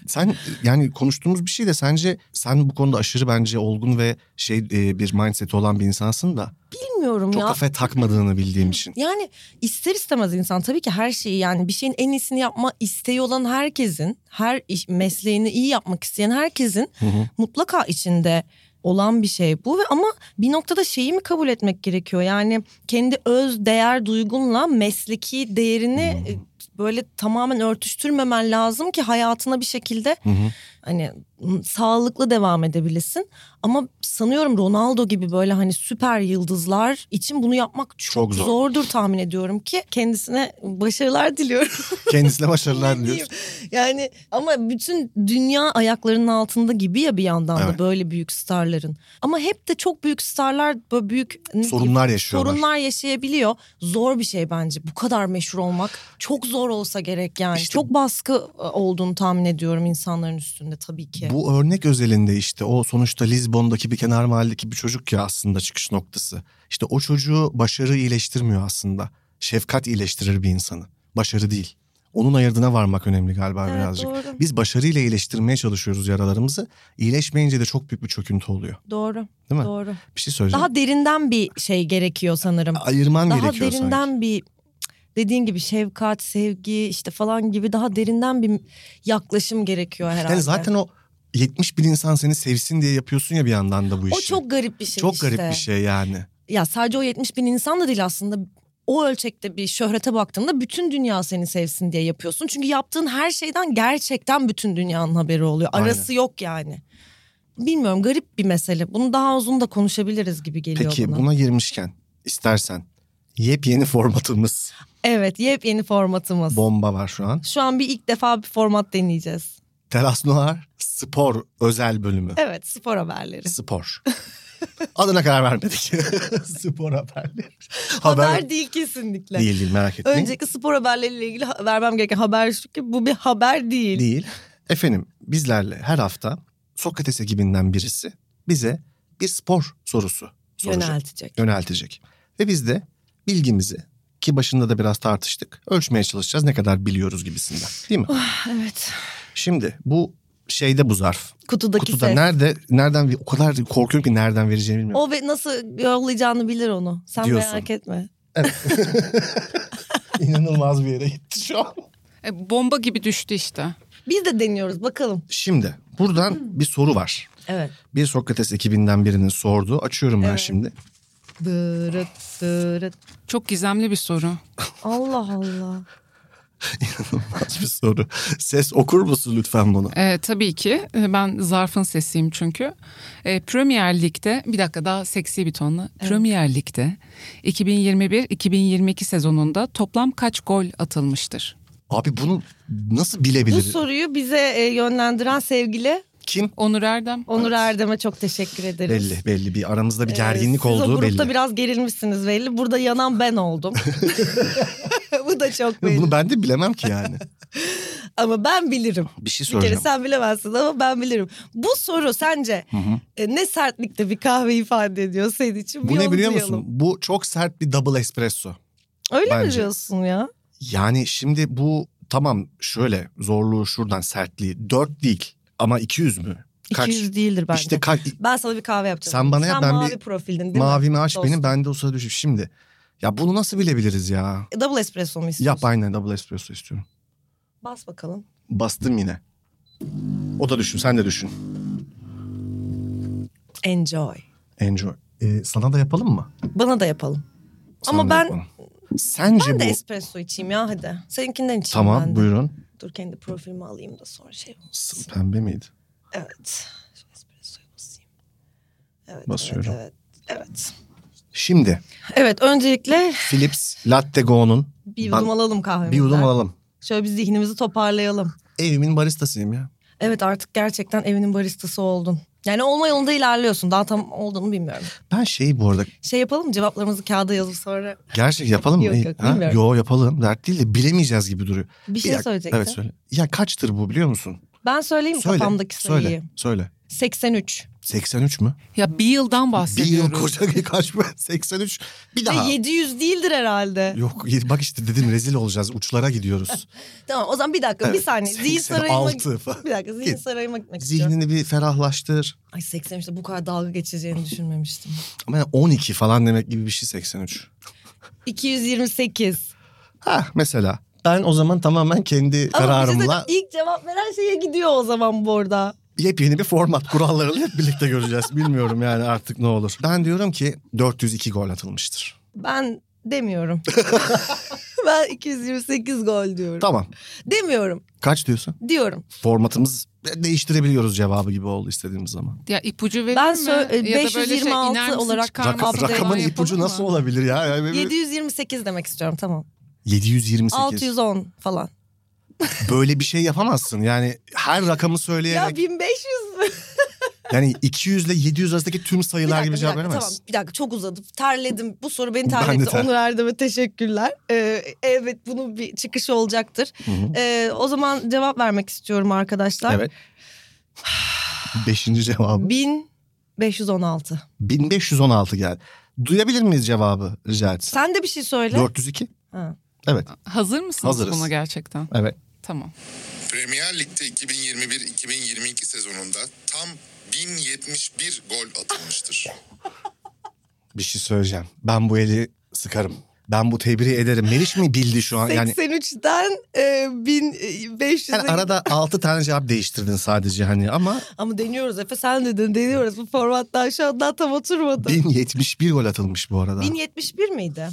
Sen yani konuştuğumuz bir şey de sence sen bu konuda aşırı bence olgun ve şey e, bir mindset olan bir insansın da Bilmiyorum çok ya. kafaya takmadığını bildiğim için. Yani ister istemez insan tabii ki her şeyi yani bir şeyin en iyisini yapma isteği olan herkesin, her iş- mesleğini iyi yapmak isteyen herkesin Hı hı. mutlaka içinde olan bir şey bu ve ama bir noktada şeyi mi kabul etmek gerekiyor? Yani kendi öz değer duygunla mesleki değerini e, böyle tamamen örtüştürmemen lazım ki hayatına bir şekilde Hı hı. hani m, sağlıklı devam edebilirsin. Ama sanıyorum Ronaldo gibi böyle hani süper yıldızlar için bunu yapmak çok, Çok zor. zordur tahmin ediyorum ki kendisine başarılar diliyorum. Kendisine başarılar Ne diliyoruz. diyeyim? Yani ama bütün dünya ayaklarının altında gibi ya bir yandan da Evet. böyle büyük starların. Ama hep de çok büyük starlar böyle büyük ne diyeyim, Sorunlar yaşıyorlar. sorunlar yaşayabiliyor. Zor bir şey bence. Bu kadar meşhur olmak çok zor olsa gerek yani. İşte- çok baskı e, olduğunu tahmin ediyorum insanların üstünde tabii ki. Bu örnek özelinde işte o sonuçta Lizbon'daki bir kenar mahalledeki bir çocuk ya aslında çıkış noktası. İşte o çocuğu başarı iyileştirmiyor aslında. Şefkat iyileştirir bir insanı. Başarı değil. Onun ayırdına varmak önemli galiba Evet, birazcık. doğru. Biz başarıyla iyileştirmeye çalışıyoruz yaralarımızı. İyileşmeyince de çok büyük bir çöküntü oluyor. Doğru. Değil mi? Doğru. Bir şey söyleyeceğim. Daha derinden bir şey gerekiyor sanırım. Ayırman daha gerekiyor derinden sanki. bir dediğin gibi şefkat, sevgi işte falan gibi daha derinden bir yaklaşım gerekiyor herhalde. Yani zaten o 70 bin insan seni sevsin diye yapıyorsun ya bir yandan da bu işi. O çok garip bir şey Çok işte. garip bir şey yani. Ya sadece o 70 bin insan da değil aslında. O ölçekte bir şöhrete baktığında bütün dünya seni sevsin diye yapıyorsun. Çünkü yaptığın her şeyden gerçekten bütün dünyanın haberi oluyor. Aynen. Arası yok yani. Bilmiyorum garip bir mesele. Bunu daha uzun da konuşabiliriz gibi geliyor Peki bana. buna girmişken istersen yepyeni formatımız Evet yepyeni formatımız. bomba var şu an. Şu an bir ilk defa bir format deneyeceğiz. Teras Noir spor özel bölümü. Evet spor haberleri. Spor. Adına karar vermedik. spor haberleri. Haber, değil kesinlikle. değil değil merak etmeyin. Öncelikle spor haberleriyle ilgili ha- vermem gereken haber şu ki bu bir haber değil. Değil. Efendim bizlerle her hafta Sokrates ekibinden birisi bize bir spor sorusu soracak. Yöneltecek. Yöneltecek. Ve biz de bilgimizi ki başında da biraz tartıştık. Ölçmeye çalışacağız ne kadar biliyoruz gibisinden. Değil mi? Oh. Evet. Şimdi bu şeyde bu zarf. Kutudaki Kutuda ses. nerede nereden o kadar korkuyorum ki nereden vereceğimi bilmiyorum. O ve nasıl yollayacağını bilir onu. Sen Diyorsun. merak etme. Oh. İnanılmaz bir yere gitti şu an. E, bomba gibi düştü işte. Biz de deniyoruz bakalım. Şimdi buradan bir soru var. Evet. Bir Sokrates ekibinden birinin sorduğu. Açıyorum ben Evet. şimdi. Dırıt dırıt. Çok gizemli bir soru. Allah Allah. İnanılmaz bir soru. Ses okur musun lütfen bunu? E, tabii ki E, ben zarfın sesiyim çünkü. E, Premier Lig'de bir dakika daha seksi bir tonla. Premier Lig'de 2021-2022 sezonunda toplam kaç gol atılmıştır? Abi bunu nasıl Bu bilebilir? soruyu bize e, yönlendiren sevgili Kim? Onur Erdem. Onur Erdem'e çok teşekkür ederiz. Belli belli bir aramızda bir Ee, gerginlik siz o olduğu grupta belli. biraz gerilmişsiniz belli. Burada yanan ben oldum. Bu da çok belli. Bunu ben de bilemem ki yani. Ama ben bilirim. Bir şey Bir kere soracağım. sen bilemezsin ama ben bilirim. Bu soru sence e, ne sertlikte bir kahve ifade ediyor senin için? Bir Bu ne onu biliyor duyalım. musun? Bu çok sert bir double espresso. Öyle mi Bence. diyorsun ya? Yani şimdi bu tamam şöyle zorluğu şuradan sertliği 4 değil ama 200 mü? Kaç? 200 değildir bence. İşte kaç, Ben sana bir kahve yapacağım. Sen bana Sen yap, ben mavi bir profildin değil mi? mavimi aç benim Dostum. ben de o sırada düşüp şimdi. Ya bunu nasıl bilebiliriz ya? E, Double espresso mu istiyorsun? Yap aynen double espresso istiyorum. Bas bakalım. Bastım yine. O da düşün sen de düşün. Enjoy. Enjoy. Ee, sana da yapalım mı? Bana da yapalım. Sana Ama da ben- yapalım. Sence Ben bu... de espresso içeyim ya hadi. Seninkinden içeyim tamam ben de. buyurun. Dur kendi profilimi alayım da sonra şey olsun. S- Pembe miydi? Evet. Şu espressoyu basayım. Evet, Basıyorum. Evet, evet, evet. Şimdi Evet öncelikle Philips Latte Go'nun bir Ben- yudum alalım kahvemizden. bir yudum alalım. Şöyle bir zihnimizi toparlayalım. Evimin baristasıyım ya. Evet artık gerçekten evinin baristası oldun. Yani olma yolunda ilerliyorsun. Daha tam olduğunu bilmiyorum. Ben şeyi bu arada Şey yapalım mı? Cevaplarımızı kağıda yazıp sonra gerçek yapalım mı? Yok, İyi, yok, ha? bilmiyorum. Yo, yapalım. Dert değil de bilemeyeceğiz gibi duruyor. bir şey dakika, söyleyecektim. Evet söyle. Ya kaçtır bu biliyor musun? Ben söyleyeyim mi Söyle. kafamdaki sayıyı. söyle. Söyle. 83. 83 mü? Ya bir yıldan Bir yıl bahsediyoruz. koca kaç mı? 83. Bir daha. Ve 700 değildir herhalde. Yok yedi- bak işte dedim rezil olacağız. Uçlara gidiyoruz. Tamam o zaman bir dakika bir Evet, saniye. Zihin 86 sarayıma... falan. Bir dakika zihin Git. sarayıma gitmek istiyorum. Zihnini bir ferahlaştır. Ay 83'te bu kadar dalga geçeceğini düşünmemiştim. Ama yani 12 falan demek gibi bir şey 83. 228. Ha mesela. Ben o zaman tamamen kendi Ama bir şey kararımla söyleyeyim, ilk cevap veren şeye gidiyor o zaman bu arada. yepyeni bir format kurallarını hep birlikte göreceğiz. Bilmiyorum yani artık ne olur. Ben diyorum ki 402 gol atılmıştır. Ben demiyorum. ben 228 gol diyorum. Tamam. Demiyorum. Kaç diyorsun? Diyorum. Formatımız değiştirebiliyoruz cevabı gibi oldu istediğimiz zaman. Ya ipucu verir Ben mi? sö- e, Ya da böyle şey, 526 iner misin, olarak çıkar Rak- mısın Tamam, falan rakamın yapalım ipucu yapalım mı? nasıl olabilir ya? Yani böyle- 728 demek istiyorum tamam. 728. 610 falan. Böyle bir şey yapamazsın. Yani her rakamı Ya söyleyerek 1500 mü? yani 200 ile 700 arasındaki tüm Bir sayılar dakika, gibi bir cevap dakika, veremezsin. Tamam bir dakika çok uzadım. Terledim. Bu soru beni Ben de terletti. ter- Onur Erdem'e teşekkürler. Ee, evet bunun bir çıkışı olacaktır. Ee, o zaman cevap vermek istiyorum arkadaşlar. Evet. Beşinci cevabı. 1516. 1516 geldi. Duyabilir miyiz cevabı rica etsin? Sen de bir şey söyle. 402. Ha. Evet. Hazır mısınız Hazırız. buna gerçekten? Evet. Tamam. Premier Lig'de 2021-2022 sezonunda tam 1071 gol atılmıştır. Bir şey söyleyeceğim. Ben bu eli sıkarım. Ben bu tebrik ederim. Meriç mi bildi şu an? Yani, 83'den e, 1500'e. yani arada 6 tane cevap değiştirdin sadece hani ama Ama deniyoruz Efe sen dedin deniyoruz. Bu formattan şu an daha tam oturmadı. 1071 gol atılmış bu arada. 1071 miydi?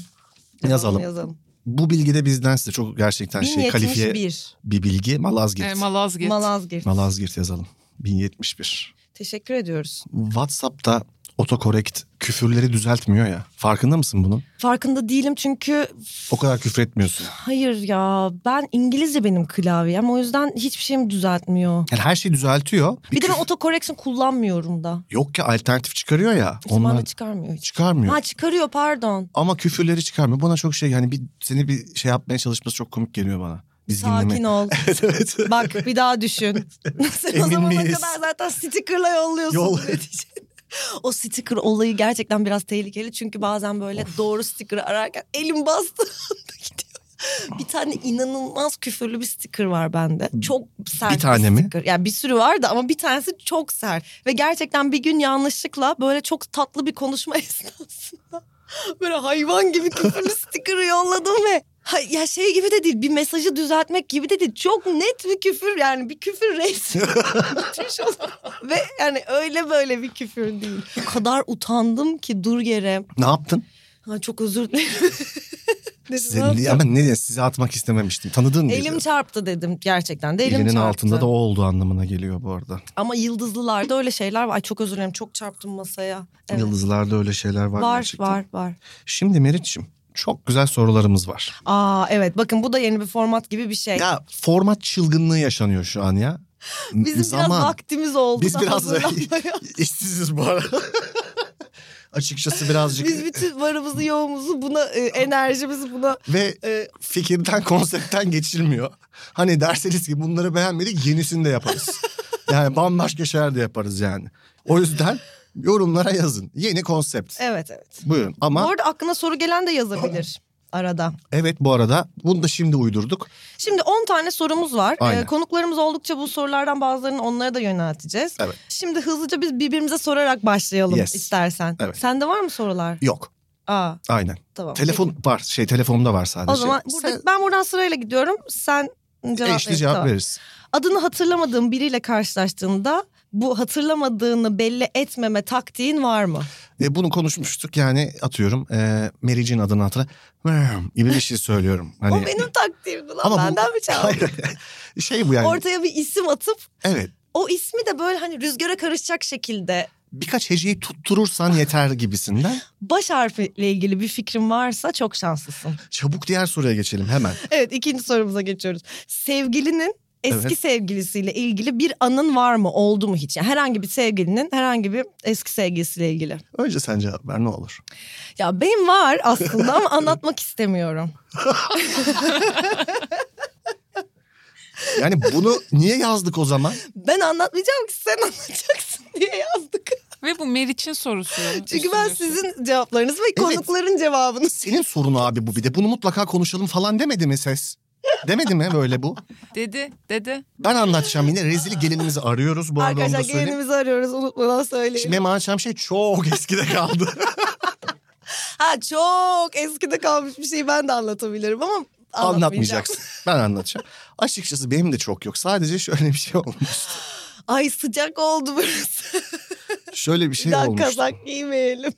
Yazalım. Yazalım. Bu bilgi de bizden size çok gerçekten şey kalifiye 1071. bir bilgi. Malazgirt. E, Malazgirt. Malazgirt. Malazgirt yazalım. 1071. Teşekkür ediyoruz. WhatsApp'ta otokorekt küfürleri düzeltmiyor ya. Farkında mısın bunun? Farkında değilim çünkü O kadar küfür etmiyorsun. hayır ya ben İngilizce benim klavyem o yüzden hiçbir şeyimi düzeltmiyor. Yani her şeyi düzeltiyor. Bir, de küfür- ben autocorrection kullanmıyorum da. Yok ki alternatif çıkarıyor ya. Onlar Onlar çıkarmıyor hiç. çıkarmıyor. Ha çıkarıyor pardon. Ama küfürleri çıkarmıyor. Bana çok şey yani bir seni bir şey yapmaya çalışması çok komik geliyor bana. Biz Sakin ol. evet evet. Bak bir daha düşün. Sen o Emin zamana miyiz? kadar zaten sticker'la yolluyorsun. Yol. o sticker olayı gerçekten biraz tehlikeli. Çünkü bazen böyle doğru sticker'ı ararken elim bastı anda gidiyor. Bir tane inanılmaz küfürlü bir sticker var bende. Çok sert Bir tane mi? sticker. Yani bir sürü vardı ama bir tanesi çok sert. Ve gerçekten bir gün yanlışlıkla böyle çok tatlı bir konuşma esnasında böyle hayvan gibi küfürlü sticker'ı yolladım ve ha- ya şey gibi de değil bir mesajı düzeltmek gibi de değil çok net bir küfür yani bir küfür resmi Müthiş oldu. ve yani öyle böyle bir küfür değil o kadar utandım ki dur yere Ne yaptın? ha, çok özür dilerim Dedim, Size, "Ne yapacağım?" ama ne size atmak istememiştim. Tanıdığın biri. Elim çarptı dedim gerçekten de elim Elinin çarptı. altında da o olduğu anlamına geliyor bu arada. Ama yıldızlılarda öyle şeyler var. Ay çok özür dilerim çok çarptım masaya. Evet. Yıldızlarda öyle şeyler var. var gerçekten. var var. Şimdi Meriç'im çok güzel sorularımız var. Aa evet bakın bu da yeni bir format gibi bir şey. Ya format çılgınlığı yaşanıyor şu an ya. Bizim biraz vaktimiz oldu. Biz da biraz- hazırlanmaya. İşsiziz bu arada. Açıkçası birazcık Biz bütün varımızı yoğumuzu buna e, enerjimizi buna ve e, fikirden konseptten geçilmiyor. Hani derseniz ki bunları beğenmedik yenisini de yaparız. yani bambaşka şeyler de yaparız yani. O yüzden yorumlara yazın. Yeni konsept. evet evet. Buyurun ama Bu arada aklına soru gelen de yazabilir arada. evet bu arada bunu da şimdi uydurduk. Şimdi 10 tane sorumuz var. Aynen. Ee, konuklarımız oldukça bu sorulardan bazılarını onlara da yönelteceğiz. Evet. Şimdi hızlıca biz birbirimize sorarak başlayalım Yes. istersen. Evet. Sende var mı sorular? Yok Aa aynen. tamam. Telefon var şey telefonumda var O sadece. zaman burada, ben buradan sırayla gidiyorum. Sen Sen cevap eşli ver. cevap Tamam. veririz. Adını hatırlamadığın biriyle karşılaştığında bu hatırlamadığını belli etmeme taktiğin var mı? E, bunu konuşmuştuk yani atıyorum e, Meric'in adını hatırla. Vrm gibi bir şey söylüyorum. Hani, o benim taktiğimdi lan. Ama bu- Benden mi çaldın? Hayır, şey bu yani. Ortaya bir isim atıp Evet. o ismi de böyle hani rüzgara karışacak şekilde Birkaç heceyi tutturursan yeter gibisinden. baş harfiyle ilgili bir fikrin varsa çok şanslısın. Çabuk diğer soruya geçelim hemen. Evet ikinci sorumuza geçiyoruz. Sevgilinin eski Evet. sevgilisiyle ilgili bir anın var mı? Oldu mu hiç? Yani herhangi bir sevgilinin herhangi bir eski sevgilisiyle ilgili. Önce sen cevap ver ne olur. Ya benim var aslında ama anlatmak istemiyorum. Yani bunu niye yazdık o zaman? Ben anlatmayacağım ki sen anlatacaksın diye yazdık. Ve bu Meriç'in sorusu. Çünkü ben Üstüne üstüne. sizin cevaplarınız ve konukların cevabını Senin sorunu abi bu bir de. Bunu mutlaka konuşalım falan demedi mi ses? Demedi mi böyle bu? Dedi, dedi. Ben anlatacağım yine. Rezili gelinimizi arıyoruz bu arada onu Arkadaşlar da söyleyeyim. gelinimizi arıyoruz unutmadan söyleyin. Şimdi benim anlatacağım şey çok eskide kaldı. Ha çok eskide kalmış bir şeyi ben de anlatabilirim ama anlatmayacağım. Anlatmayacaksın. Ben anlatacağım. Açıkçası benim de çok yok. Sadece şöyle bir şey olmuş. Ay sıcak oldu burası. Şöyle bir bir şey daha olmuş. kazak giymeyelim.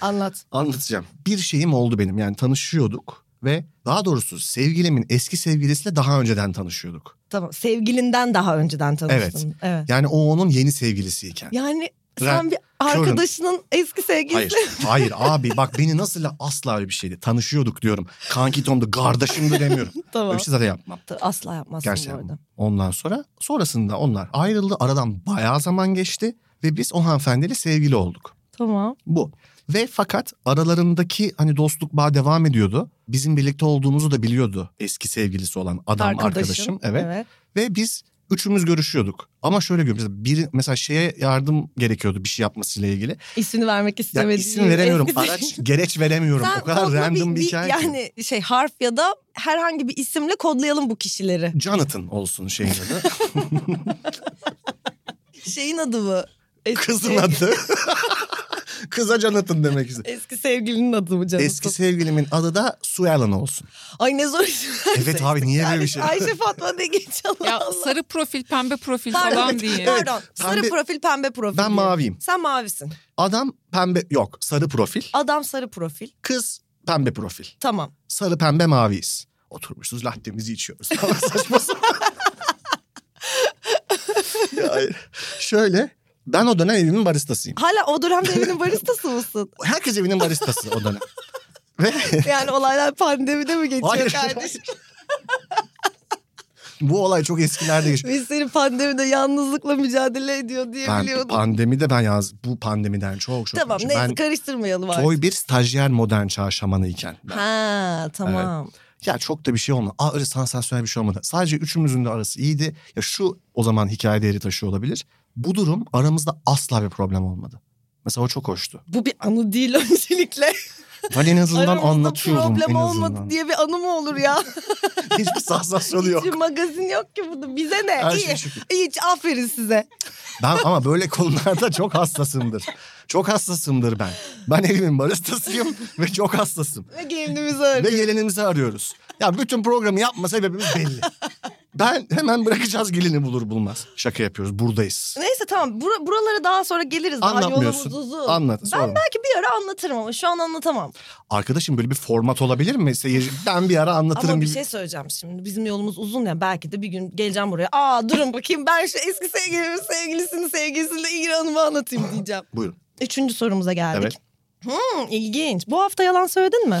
Anlat. Anlatacağım. Bir şeyim oldu benim. Yani tanışıyorduk ve daha doğrusu sevgilimin eski sevgilisiyle daha önceden tanışıyorduk. Tamam sevgilinden daha önceden tanıştın. Evet. Yani o onun yeni sevgilisiyken. Yani Ren- sen bir arkadaşının eski Hayır, sevgilisi. hayır abi bak beni nasıl asla öyle bir şeydi. Tanışıyorduk diyorum. Kankitomdu, kardeşimdi demiyorum. Öyle Tamam. bir şey zaten yapmam. Asla yapmazsın bu arada. Gerçekten. Ondan sonra sonrasında onlar ayrıldı. Aradan bayağı zaman geçti ve biz o hanımefendiyle sevgili olduk. Tamam. Bu. Ve fakat aralarındaki hani dostluk bağ devam ediyordu. Bizim birlikte olduğumuzu da biliyordu eski sevgilisi olan adam Arkadaşın, arkadaşım. Evet. Ve biz üçümüz görüşüyorduk. Ama şöyle görüyoruz. Bir mesela şeye yardım gerekiyordu bir şey yapmasıyla ilgili. İsmini vermek Ya istemediğim. isim veremiyorum. eski- Araç gereç veremiyorum. Sen o kadar kodla random bir, hikaye ki. Yani şey harf ya da herhangi bir isimle kodlayalım bu kişileri. Jonathan olsun şeyin adı. Şeyin adı mı? Eski- Kızın adı. Kıza Jonathan demek istedim. Eski sevgilinin adı mı canım? Eski sevgilimin adı da Suelen olsun. Ay ne zor. Evet abi niye böyle bir şey? Ayşe Fatma de geç Allah Ya Allah. sarı profil, pembe profil Pardon, falan diye. Pardon. Pembe- Sarı profil pembe profil. Ben diye. maviyim. Sen mavisin. Adam pembe yok sarı profil. Adam sarı profil. Kız pembe profil. Tamam. Sarı pembe maviyiz. Oturmuşuz lattemizi içiyoruz. Falan saçma sapan. Ya, şöyle ben o dönem evimin baristasıyım. Hala o dönemde evinin baristası mısın? Herkes evinin baristası o dönem. Ve Yani olaylar pandemide mi geçiyor Hayır. kardeşim? bu olay çok eskilerde geçiyor. Biz seni pandemide yalnızlıkla mücadele ediyor diye Ben biliyordum. pandemide ben yaz bu pandemiden çok çok tamam önce. neyse ben karıştırmayalım artık. toy bir stajyer modern çağ şamanıyken ben. Ha tamam. Ya çok da bir şey olmadı. Aa, öyle sansasyonel bir şey olmadı. Sadece üçümüzün de arası iyiydi. Ya şu o zaman hikaye değeri taşıyor olabilir. Bu durum aramızda asla bir problem olmadı. Mesela o çok hoştu. Bu bir anı değil öncelikle. Ben en azından Aramızda anlatıyordum problem en azından. olmadı diye bir anı mı olur ya? Hiçbir sansasyonu yok. Hiçbir magazin yok ki bunun. Bize ne? Her İyi. şey şükür. İyi, Hiç aferin size. Ben ama böyle konularda çok hassasımdır. Çok hassasımdır ben. Ben evimin baristasıyım ve çok hassasım. Ve gelinimizi Ve arıyoruz. gelinimizi arıyoruz. Ya bütün programı yapma sebebimiz belli. Ben hemen bırakacağız gelini bulur bulmaz. Şaka yapıyoruz buradayız. Neyse tamam Bura- buralara daha sonra geliriz. Daha yolumuz Anlatmıyorsun. uzun. Anlat. Ben sorma. belki bir ara anlatırım ama şu an anlatamam. Arkadaşım böyle bir format olabilir mi? Seyirci ben bir ara anlatırım ama bir gibi. şey söyleyeceğim şimdi. Bizim yolumuz uzun ya belki de bir gün geleceğim buraya. Aa durun bakayım ben şu eski sevgilimin sevgilisini sevgilisini İgra Hanım'a anlatayım diyeceğim. Buyurun. Üçüncü sorumuza geldik. Evet. Hmm, ilginç. Bu hafta yalan söyledin mi?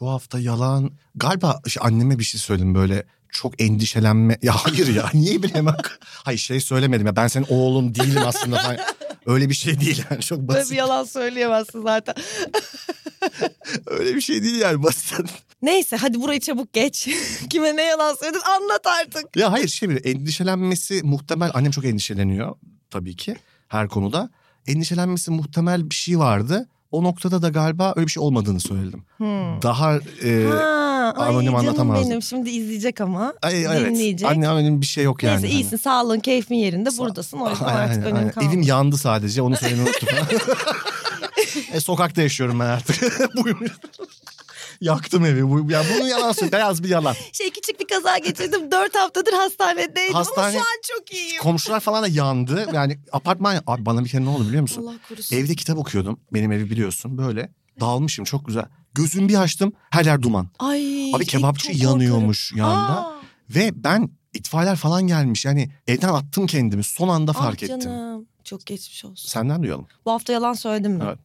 Bu hafta yalan galiba işte anneme bir şey söyledim böyle çok endişelenme. Ya hayır ya niye bilemem. Hayır şey söylemedim ya ben senin oğlum değilim aslında falan. Öyle bir şey değil yani çok Böyle bir basit. yalan söyleyemezsin zaten. Öyle bir şey değil yani basit. Neyse hadi burayı çabuk geç. Kime ne yalan söyledin anlat artık. Ya hayır şey bile endişelenmesi muhtemel annem çok endişeleniyor tabii ki her konuda. Endişelenmesi muhtemel bir şey vardı. O noktada da galiba öyle bir şey olmadığını söyledim. Hmm. Daha e, Ha, ay anonim canım anlatamazdım. benim şimdi izleyecek ama. ay, ay, evet. dinleyecek. Anne annem bir şey yok yani. Neyse hani. iyisin sağlığın keyfin yerinde buradasın o yüzden Aynen, artık aynen. önemli kalmadı. Evim yandı sadece onu söylemeyi unuttum. e, sokakta yaşıyorum ben artık. Buyum. Yaktım evi. Bu, ya bunu yalan söyle. Beyaz bir yalan. Şey küçük bir kaza geçirdim dört haftadır hastanedeydim ama Hastane- şu an çok iyiyim. Komşular falan da yandı. Yani apartman... Abi bana bir kere ne oldu biliyor musun? Allah korusun. Evde kitap okuyordum. Benim evi biliyorsun. Böyle dağılmışım çok güzel. Gözümü bir açtım her yer duman. Ay, Abi kebapçı şey, çok yanıyormuş korkarım. yanda. Aa, Ve ben itfaiyeler falan gelmiş. Yani evden attım kendimi. Son anda ah fark ettim. Canım. Çok geçmiş olsun. Senden duyalım. Bu hafta yalan söyledim mi? Evet.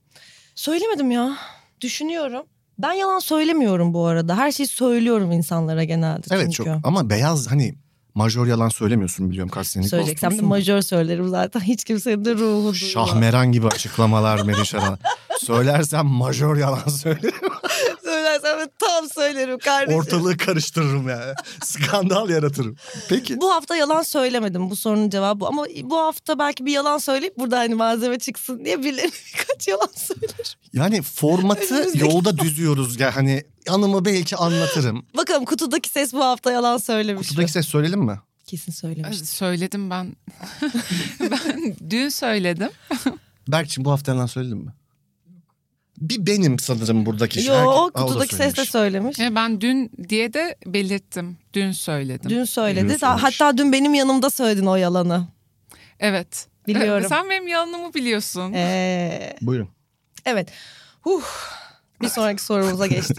Söylemedim ya. Düşünüyorum. Ben yalan söylemiyorum bu arada. Her şeyi söylüyorum insanlara genelde çünkü. Evet çok. Ama beyaz hani majör yalan söylemiyorsun biliyorum kaç senelik Söyleyeceksem de dostumsun. majör söylerim zaten. Hiç kimsenin de ruhu durmaz. Şahmeran gibi açıklamalar Meriç Aral. Söylersem majör yalan söylerim. Söylersem de tam söylerim kardeşim. Ortalığı karıştırırım yani. Skandal yaratırım. Peki. Bu hafta yalan söylemedim. Bu sorunun cevabı bu. Ama bu hafta belki bir yalan söyleyip burada hani malzeme çıksın diye birilerine birkaç yalan söylerim. Yani formatı Önümüzdeki- yolda düzüyoruz. Yani hani anımı belki anlatırım. Bakalım kutudaki ses bu hafta yalan söylemiş. Kutudaki mi? ses söyleyelim mi? Kesin Ay, söylemiş. Söyledim ben. ben dün söyledim. Berkçim bu hafta yalan söyledin mi? Bir benim sanırım buradaki şey. Herkes- Aa, o Yo da kutudaki ses de söylemiş. söylemiş. E, Ben dün diye de belirttim. Dün söyledim. Dün söyledi. Dün söylemiş. Hatta dün benim yanımda söyledin o yalanı. Evet. Biliyorum. E, Sen benim yalanımı biliyorsun. Ee, Buyurun. evet. Huh. Bir sonraki sorumuza geçtik.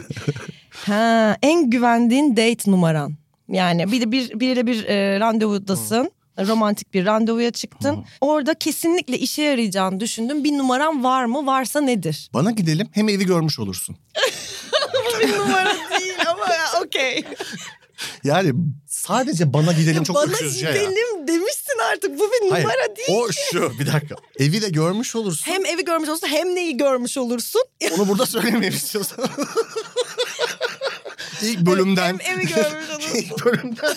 ha, en güvendiğin date numaran. Yani bir bir biriyle bir e, randevudasın. Romantik bir randevuya çıktın. Orada kesinlikle işe yarayacağını düşündün. Bir numaran var mı? Varsa nedir? Bana gidelim hem evi görmüş olursun. bir numara değil ama ya, okey. Yani sadece bana gidelim çok Bana öküzce ya. gidelim demişsin artık. Bu bir Hayır, numara değil. O şu bir dakika. Evi de görmüş olursun. Hem evi görmüş olursun hem neyi görmüş olursun. Onu burada söylemeyeyim istiyorsan. İlk bölümden. Hem evi görmüş olursun. İlk bölümden.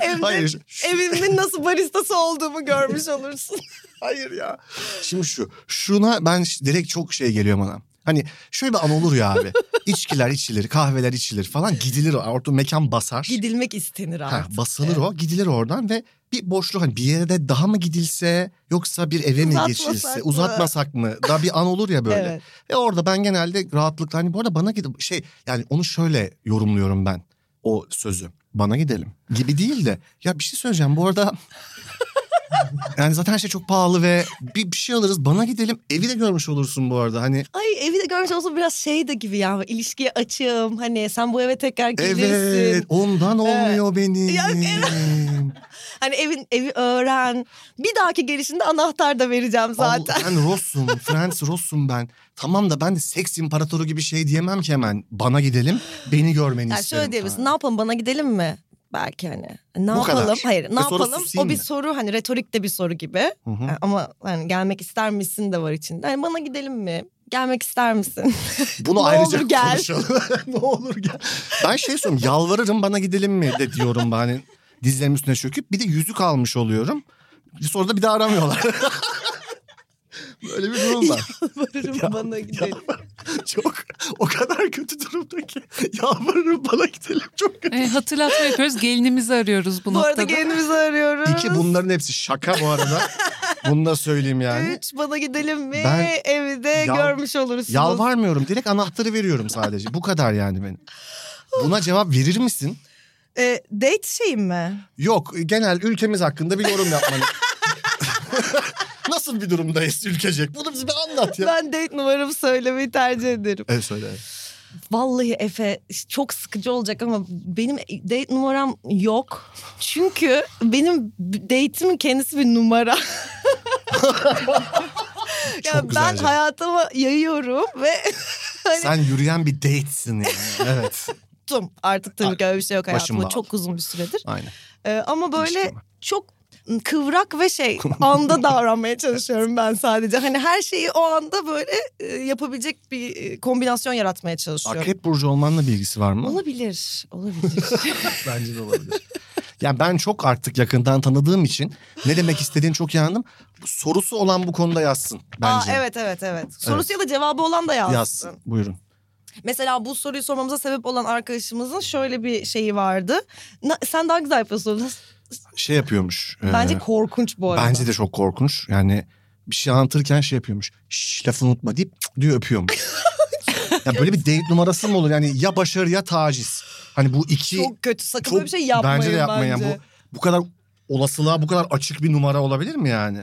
Hem de Hayır. şu- evimin nasıl baristası olduğumu görmüş olursun. Hayır ya. Şimdi şu. Şuna ben ş- direkt çok şey geliyor bana. Hani şöyle bir an olur ya abi. İçkiler içilir, kahveler içilir falan gidilir. Orada mekan basar. Gidilmek istenir Ha, artık. basılır o. Gidilir oradan ve bir boşluk hani bir yere daha mı gidilse yoksa bir eve mi Uzatmasak geçilse mı? uzatmasak mı? Daha bir an olur ya böyle. Evet. Ve orada ben genelde rahatlıkla hani bu arada bana gidip şey yani onu şöyle yorumluyorum ben o sözü. Bana gidelim gibi değil de ya bir şey söyleyeceğim bu arada yani zaten her şey çok pahalı ve bir, bir şey alırız bana gidelim evi de görmüş olursun bu arada hani Ay evi de görmüş olsun biraz şey de gibi ya ilişkiye açığım hani sen bu eve tekrar gelirsin. evet ondan olmuyor benim. Ya, Hani evin evi öğren. Bir dahaki gelişinde anahtar da vereceğim zaten. Abla, ben Ross'um. Frans Ross'um ben. Tamam da ben de seks imparatoru gibi şey diyemem ki hemen. Bana gidelim. Beni görmeni Yani isterim. şöyle diyebilirsin falan. ne yapalım bana gidelim mi? Belki hani ne Bu kadar. E, yapalım hayır ne Ve sonra yapalım susayım o bir mı? soru hani retorik de bir soru gibi Hı hı. Yani ama hani gelmek ister misin de var içinde hani bana gidelim mi gelmek ister misin Bunu Ne ayrıca olur gel. konuşalım. ne olur gel. Ben şey soruyorum yalvarırım bana gidelim mi de diyorum ben. Hani dizlerimin üstüne çöküp bir de yüzük almış oluyorum. Sonra da bir daha aramıyorlar. Böyle bir durum var. varırım bana gidelim Çok o kadar kötü durumda ki yalvarırım bana gidelim çok kötü. E, hatırlatma yapıyoruz. Gelinimizi arıyoruz bu, bu arada noktada. kendimizi arıyoruz İki bunların hepsi şaka bu arada. Bunu da söyleyeyim yani. üç bana gidelim mi Ben- evi de Yal- görmüş olursunuz Yalvarmıyorum. Direkt anahtarı veriyorum sadece. Bu kadar yani benim. Buna cevap verir misin? Ee, date şeyim mi Yok. Genel ülkemiz hakkında bir yorum yapmanı. Nasıl bir durumdayız ülkecek? Bunu bize bir anlat ya. ben date numaramı söylemeyi tercih ederim Evet söyle. Vallahi Efe çok sıkıcı olacak ama benim date numaram yok. Çünkü benim date'imin kendisi bir numara. ya Çok ben güzelce. hayatıma yayıyorum ve Sen yürüyen bir date'sin yani. Evet. tuttum. Artık tabii ki öyle bir şey yok Başım hayatımda. bağlı. Çok uzun bir süredir. Aynen. Ee, ama böyle İşte ama. çok kıvrak ve şey anda davranmaya çalışıyorum ben sadece. Hani her şeyi o anda böyle e, yapabilecek bir e, kombinasyon yaratmaya çalışıyorum. Akrep burcu olmanla bilgisi var mı? Olabilir, olabilir. Bence de olabilir. Yani ben çok artık yakından tanıdığım için ne demek istediğini çok iyi anladım. Sorusu olan bu konuda yazsın bence. Aa, evet evet evet. Sorusu ya da cevabı olan da yazsın. Yazsın. Buyurun. Mesela bu soruyu sormamıza sebep olan arkadaşımızın şöyle bir şeyi vardı. Na- sen daha güzel yapıyorsun. Şey yapıyormuş. Bence e, korkunç bu arada. Bence de çok korkunç. Yani bir şey anlatırken şey yapıyormuş. Şş lafını unutma deyip cık diyor öpüyormuş. ya böyle bir date numarası mı olur? Yani ya başarı ya taciz. Hani bu iki çok kötü. Sakın çok- böyle bir şey yapmayın bence. bence de yapmayın. Yani Bu, bu kadar olasılığa bu kadar açık bir numara olabilir mi yani?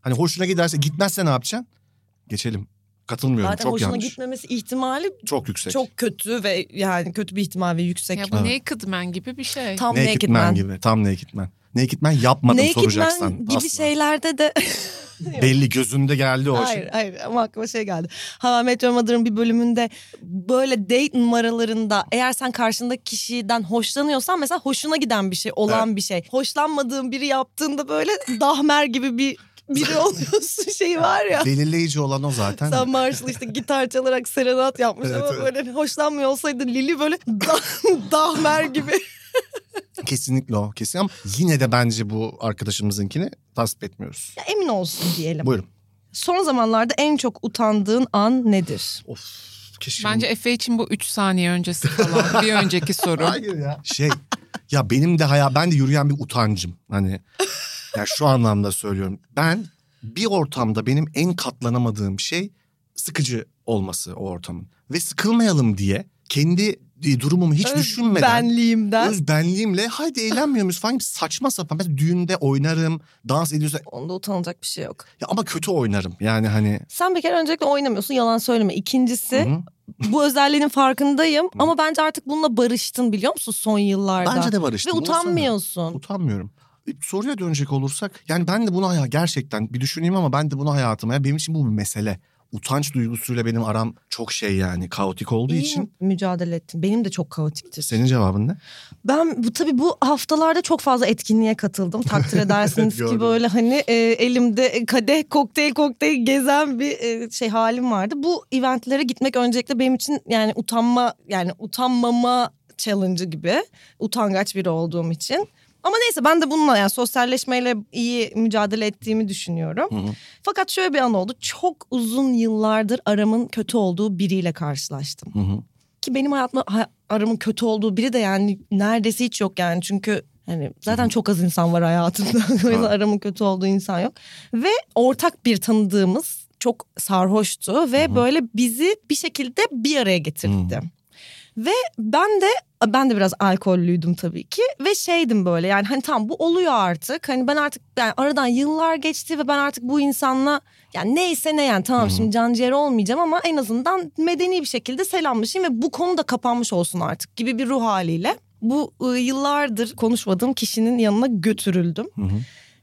Hani hoşuna giderse gitmezse ne yapacaksın? Geçelim. Katılmıyorum. Zaten çok hoşuna yanlış. gitmemesi ihtimali Çok yüksek. çok kötü ve yani kötü bir ihtimal ve yüksek. Ya bu Evet. naked man gibi bir şey. Tam ne naked man. gibi. Tam ne gitmen. Ne gitmen yapmadım Naked soracaksan. man gibi Asla. şeylerde de Belli gözünde geldi o şey. Hayır hayır ama aklıma şey geldi. Hava Meteor Mother'ın bir bölümünde böyle date numaralarında eğer sen karşındaki kişiden hoşlanıyorsan mesela hoşuna giden bir şey olan bir şey. Hoşlanmadığın biri yaptığında böyle dahmer gibi bir biri oluyorsun şey var ya. Belirleyici olan o zaten. Sen Marshall işte gitar çalarak serenat yapmış Evet, ama evet. böyle hoşlanmıyor olsaydı Lili böyle dah- dahmer gibi. Kesinlikle o kesin ama yine de bence bu arkadaşımızınkini tasvip etmiyoruz. Ya emin olsun diyelim. Buyurun. Son zamanlarda en çok utandığın an nedir? Of keşke. Bence Efe için bu 3 saniye öncesi falan. bir önceki soru. Hayır ya. Şey ya benim de hayal ben de yürüyen bir utancım. Hani ya şu anlamda söylüyorum. Ben bir ortamda benim en katlanamadığım şey sıkıcı olması o ortamın. Ve sıkılmayalım diye kendi e, durumumu hiç düşünmeden Benliğimden. öz benliğimle haydi eğlenmiyor muyuz falan gibi saçma sapan. Mesela düğünde oynarım, dans ediyorsa Onda utanacak bir şey yok. ya ama kötü oynarım. Yani hani Sen bir kere öncelikle oynamıyorsun yalan söyleme. İkincisi Hı. bu özelliğinin farkındayım ama bence artık bununla barıştın biliyor musun son yıllarda? bence de barıştım. Ve Uğraşsana. utanmıyorsun. Utanmıyorum. E, Soruya dönecek olursak yani ben de bunu haya- gerçekten bir düşüneyim ama ben de bunu hayatıma ya benim için bu bir mesele. Utanç duygusuyla benim aram çok şey yani kaotik olduğu İyi için. mücadele ettin. Benim de çok kaotiktir. Senin cevabın ne? Ben bu tabii bu haftalarda çok fazla etkinliğe katıldım. Takdir edersiniz ki Gördüm. böyle hani e, elimde kadeh kokteyl kokteyl gezen bir e, şey halim vardı. Bu eventlere gitmek öncelikle benim için yani utanma yani utanmama challenge'ı gibi. Utangaç biri olduğum için. Ama neyse ben de bununla yani sosyalleşmeyle iyi mücadele ettiğimi düşünüyorum. Hı hı. Fakat şöyle bir an oldu. Çok uzun yıllardır aramın kötü olduğu biriyle karşılaştım Hı hı. ki benim hayatımda ha- aramın kötü olduğu biri de yani neredeyse hiç yok yani çünkü Hani zaten çok az insan var hayatımda. O yüzden aramın kötü olduğu insan yok. Ve ortak bir tanıdığımız çok sarhoştu ve böyle bizi bir şekilde bir araya getirdi. Ve ben de ben de biraz alkollüydüm tabii ki ve şeydim böyle yani hani tam bu oluyor artık. Hani ben artık yani aradan yıllar geçti ve ben artık bu insanla yani neyse ne yani tamam şimdi can ciğer olmayacağım ama en azından medeni bir şekilde selamlaşayım ve bu konu da kapanmış olsun artık gibi bir ruh haliyle. Bu ıı, yıllardır konuşmadığım kişinin yanına götürüldüm.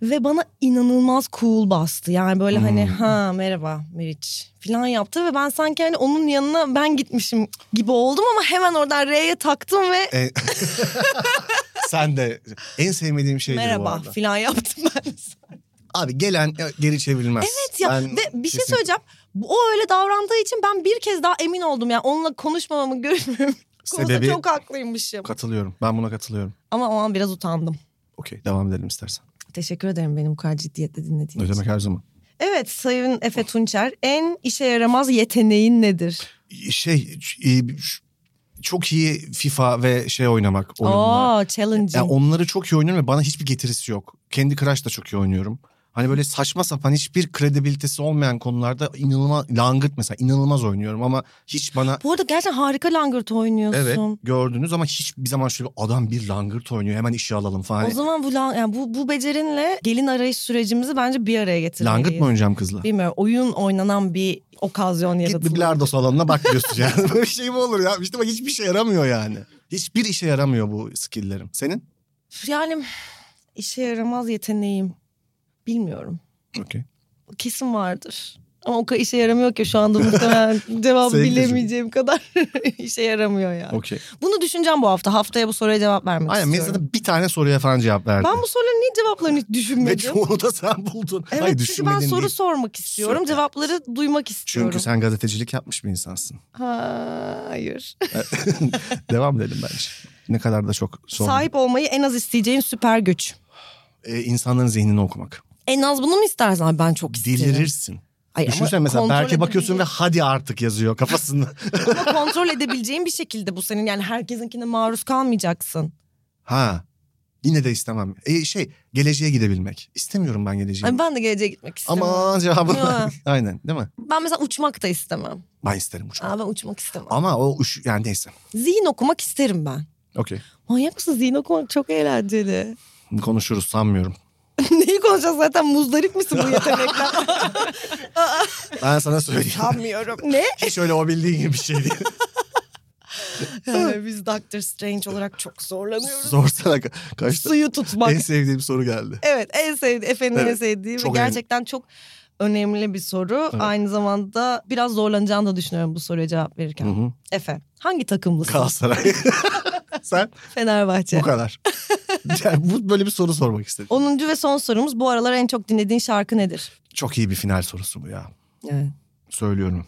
Ve bana inanılmaz cool bastı. Yani böyle hani ha merhaba Meriç falan yaptı ve ben sanki hani onun yanına ben gitmişim gibi oldum ama hemen oradan R'ye taktım ve E- Sen de en sevmediğim şeydir Şey bu merhaba arada. falan yaptım ben. Abi gelen e, geri çevrilmez. Evet ya Ben ve bir şey kesin- söyleyeceğim. Bu- O öyle davrandığı için ben bir kez daha emin oldum. Yani onunla konuşmamamın görüşmemem konusunda Sebebi- çok haklıymışım. Katılıyorum. Ben buna katılıyorum. Ama o an biraz utandım. Okey devam edelim istersen. Teşekkür ederim benim bu kadar ciddiyetle dinlediğiniz Ne için. demek her zaman. Evet Sayın Efe Tunçer en işe yaramaz yeteneğin nedir? Şey e, çok iyi FIFA ve şey oynamak oyunlar. Oo challenging. Yani onları çok iyi oynuyorum ve bana hiçbir getirisi yok. Kendi Crush da çok iyi oynuyorum. Hani böyle saçma sapan hiçbir kredibilitesi olmayan konularda inanılmaz langırt mesela inanılmaz oynuyorum ama hiç bana Bu arada gerçekten harika langırt evet oynuyorsun. gördünüz ama hiçbir zaman şöyle bir adam bir langırt oynuyor hemen işe alalım falan. Hani O zaman bu, lan- yani bu, bu becerinle gelin arayış sürecimizi bence bir araya getirmeliyiz. Langırt mı oynayacağım kızla? Bilmiyorum oyun oynanan bir okazyon Git bir yaratılır. bilardo salonuna bak diyorsun yani. Böyle şey mi olur ya? İşte bak hiçbir şey yaramıyor yani. Hiçbir işe yaramıyor bu skill'lerim. Senin? Yani işe yaramaz yeteneğim. Bilmiyorum. Okey. Kesin vardır. Ama o kadar işe yaramıyor ki şu anda muhtemelen cevabı Sevgili çocuk. bilemeyeceğim kadar işe yaramıyor yani. Okey. Bunu düşüneceğim bu hafta. Haftaya bu soruya cevap vermek Aynen ben istiyorum. zaten bir tane soruya falan cevap verdim. Ben bu soruların niye cevaplarını hiç Ve düşünmedim? çoğunu da sen buldun. Evet Hayır, çünkü ben düşünmedin soru değil. sormak istiyorum. Süper. Cevapları duymak istiyorum. Çünkü sen gazetecilik yapmış bir insansın. Ha, Hayır. Devam edelim bence. Ne kadar da çok soru. Sahip olmayı en az isteyeceğin süper güç. Ee, insanların zihnini okumak. En az bunu mu istersen Ay ben çok isterim. Delirirsin. Ay ama Düşünsene mesela kontrol Berk'e bakıyorsun ve edebileceğim- hadi artık yazıyor kafasında. ama kontrol edebileceğin bir şekilde bu senin yani herkesinkine maruz kalmayacaksın. ha. Yine de istemem. Ee, şey geleceğe gidebilmek. İstemiyorum ben geleceğe. Ay ben de geleceğe gitmek istemem. Aman cevabını. Ya. Aynen değil mi? Ben mesela uçmak da istemem. Ben isterim uçmak. Aa, ben uçmak istemem. Ama o uç yani neyse. Zihin okumak isterim ben. Okey. Manyak mısın? Zihin okumak çok eğlenceli. Konuşuruz sanmıyorum. Neyi konuşacağız zaten? Muzdarip misin bu yetenekler? Ben sana söyleyeyim. Sanmıyorum. ne? Hiç öyle o bildiğin gibi bir şey değil. Yani biz Doctor Strange olarak çok zorlanıyoruz. Sorsana ka- kaçta. Suyu tutmak. En sevdiğim soru geldi. Evet en sevdiğim, Efe'nin en Evet, sevdiği ve çok gerçekten çok önemli bir soru. Aynı zamanda biraz zorlanacağını da düşünüyorum bu soruya cevap verirken. Hı hı. Efe, hangi takımlısın? Galatasaray. Sen Fenerbahçe. bu kadar. Yani bu böyle bir soru sormak istedim. 10. ve son sorumuz bu aralar en çok dinlediğin şarkı nedir? Çok iyi bir final sorusu bu ya. Evet. Söylüyorum.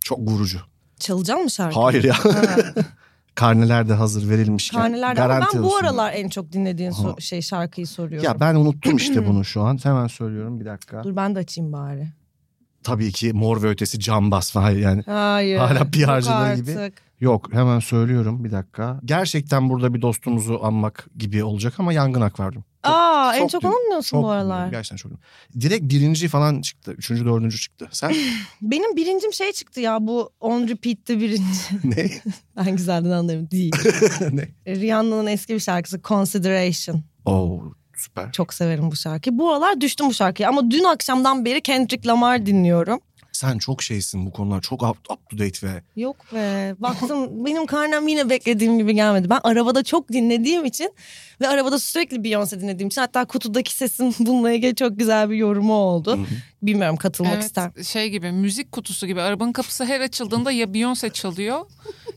Çok vurucu. Çalacak mı şarkı? Hayır ya. Ha, Karneler de hazır verilmişken. Karnelerde ama garanti ben bu olsun. aralar en çok dinlediğin so- Aha. şey şarkıyı soruyorum. Ya ben unuttum işte bunu şu an. Hemen söylüyorum bir dakika. Dur ben de açayım bari. Tabii ki Mor ve Ötesi Cambaz falan yani. Hayır. Hala bir yok harcadığı gibi. artık. Yok hemen söylüyorum bir dakika. Gerçekten burada bir dostumuzu anmak gibi olacak ama yangın akvaryum. Aa en çok çok din- onu mu dinliyorsun Çok bu aralar? dinliyorum, Gerçekten çok. dinliyorum. Direkt birinci falan çıktı. Üçüncü dördüncü çıktı. Sen Benim birincim şey çıktı ya bu on repeat'te birinci. ne? Ben güzelden anlarım değil. E, ne? Rihanna'nın eski bir şarkısı Consideration. Oo süper. Çok severim bu şarkıyı. Bu aralar düştüm bu şarkıya ama dün akşamdan beri Kendrick Lamar dinliyorum. Sen çok şeysin bu konular. Çok up, up to date ve Yok be baktım benim karnem yine beklediğim gibi gelmedi. Ben arabada çok dinlediğim için ve arabada sürekli Beyoncé dinlediğim için hatta kutudaki sesin bununla ilgili çok güzel bir yorumu oldu. Bilmiyorum katılmak Evet, ister. şey gibi müzik kutusu gibi arabanın kapısı her açıldığında ya Beyoncé çalıyor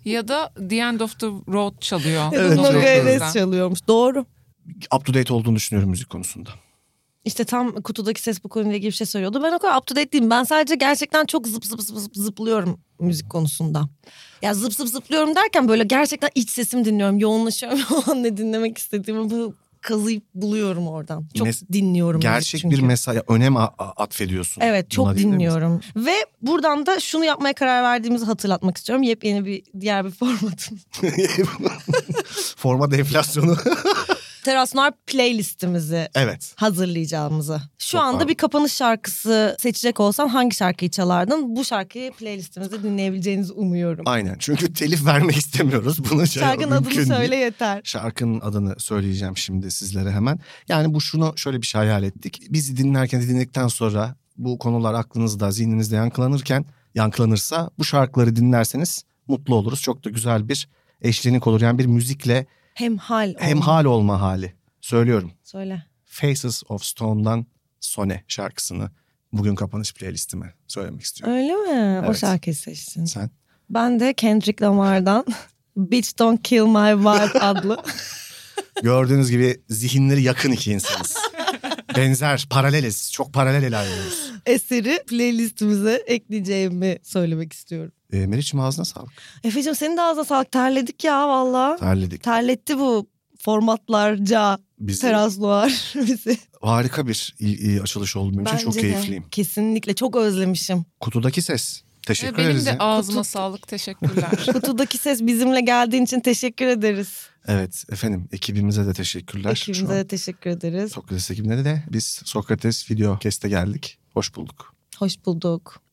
ya da The End of the Road çalıyor. Evet, Doğru. çalıyormuş doğru. up to date olduğunu düşünüyorum müzik konusunda. İşte tam kutudaki ses bu konuyla ilgili bir şey söylüyordu. Ben o kadar up to date değilim. Ben sadece gerçekten çok zıp zıp zıp zıp zıplıyorum müzik konusunda. Ya zıp zıp zıplıyorum derken böyle gerçekten iç sesimi dinliyorum. Yoğunlaşıyorum o an ne dinlemek istediğimi bu kazıyıp buluyorum oradan. Çok Mes- dinliyorum. müzik Gerçek çünkü. bir mesaj önem a- a- atfediyorsun. Evet çok Buna diyebilir miyiz? dinliyorum. Ve buradan da şunu yapmaya karar verdiğimizi hatırlatmak istiyorum. Yepyeni bir diğer bir formatın. Format enflasyonu. Terasnar playlistimizi Evet. hazırlayacağımızı. Şu Çok anda pardon. bir kapanış şarkısı seçecek olsan hangi şarkıyı çalardın? Bu şarkıyı playlistimizde dinleyebileceğinizi umuyorum. Aynen. Çünkü telif vermek istemiyoruz. Bunu Şarkının adını şey, mümkün değil. söyle yeter. Şarkının adını söyleyeceğim şimdi sizlere hemen. Yani bu şunu şöyle bir şey hayal ettik. Bizi dinlerken dinledikten sonra bu konular aklınızda, zihninizde yankılanırken yankılanırsa bu şarkıları dinlerseniz mutlu oluruz. Çok da güzel bir eşlenik olur. Yani bir müzikle Hem hal. hemhal olma hali. Söylüyorum. Söyle. Faces of Stone'dan Sone şarkısını bugün kapanış playlistime söylemek istiyorum. Öyle mi? O Evet. şarkıyı seçtin. Sen Ben de Kendrick Lamar'dan Bitch Don't Kill My Vibe adlı. gördüğünüz gibi zihinleri yakın iki insanız. Benzer, paraleliz. Çok paralel ilerliyoruz. eseri playlistimize ekleyeceğimi söylemek istiyorum. E, Meriç'im ağzına sağlık. Efe'cim senin de ağzına sağlık. Terledik ya valla. Terledik. Terletti bu formatlarca Bizi terazluar bizi. harika bir i- i- açılış oldu benim için. Çok Bence de. keyifliyim. Kesinlikle çok özlemişim. Kutudaki ses. Teşekkür Benim ederiz. de ya. ağzıma Kutu- sağlık teşekkürler. Kutudaki ses bizimle geldiğin için teşekkür ederiz. Evet efendim ekibimize de teşekkürler. Şu Ekibimize an de teşekkür ederiz. Sokrates ekibine de biz Sokrates video keste geldik. Hoş bulduk. Hoş bulduk.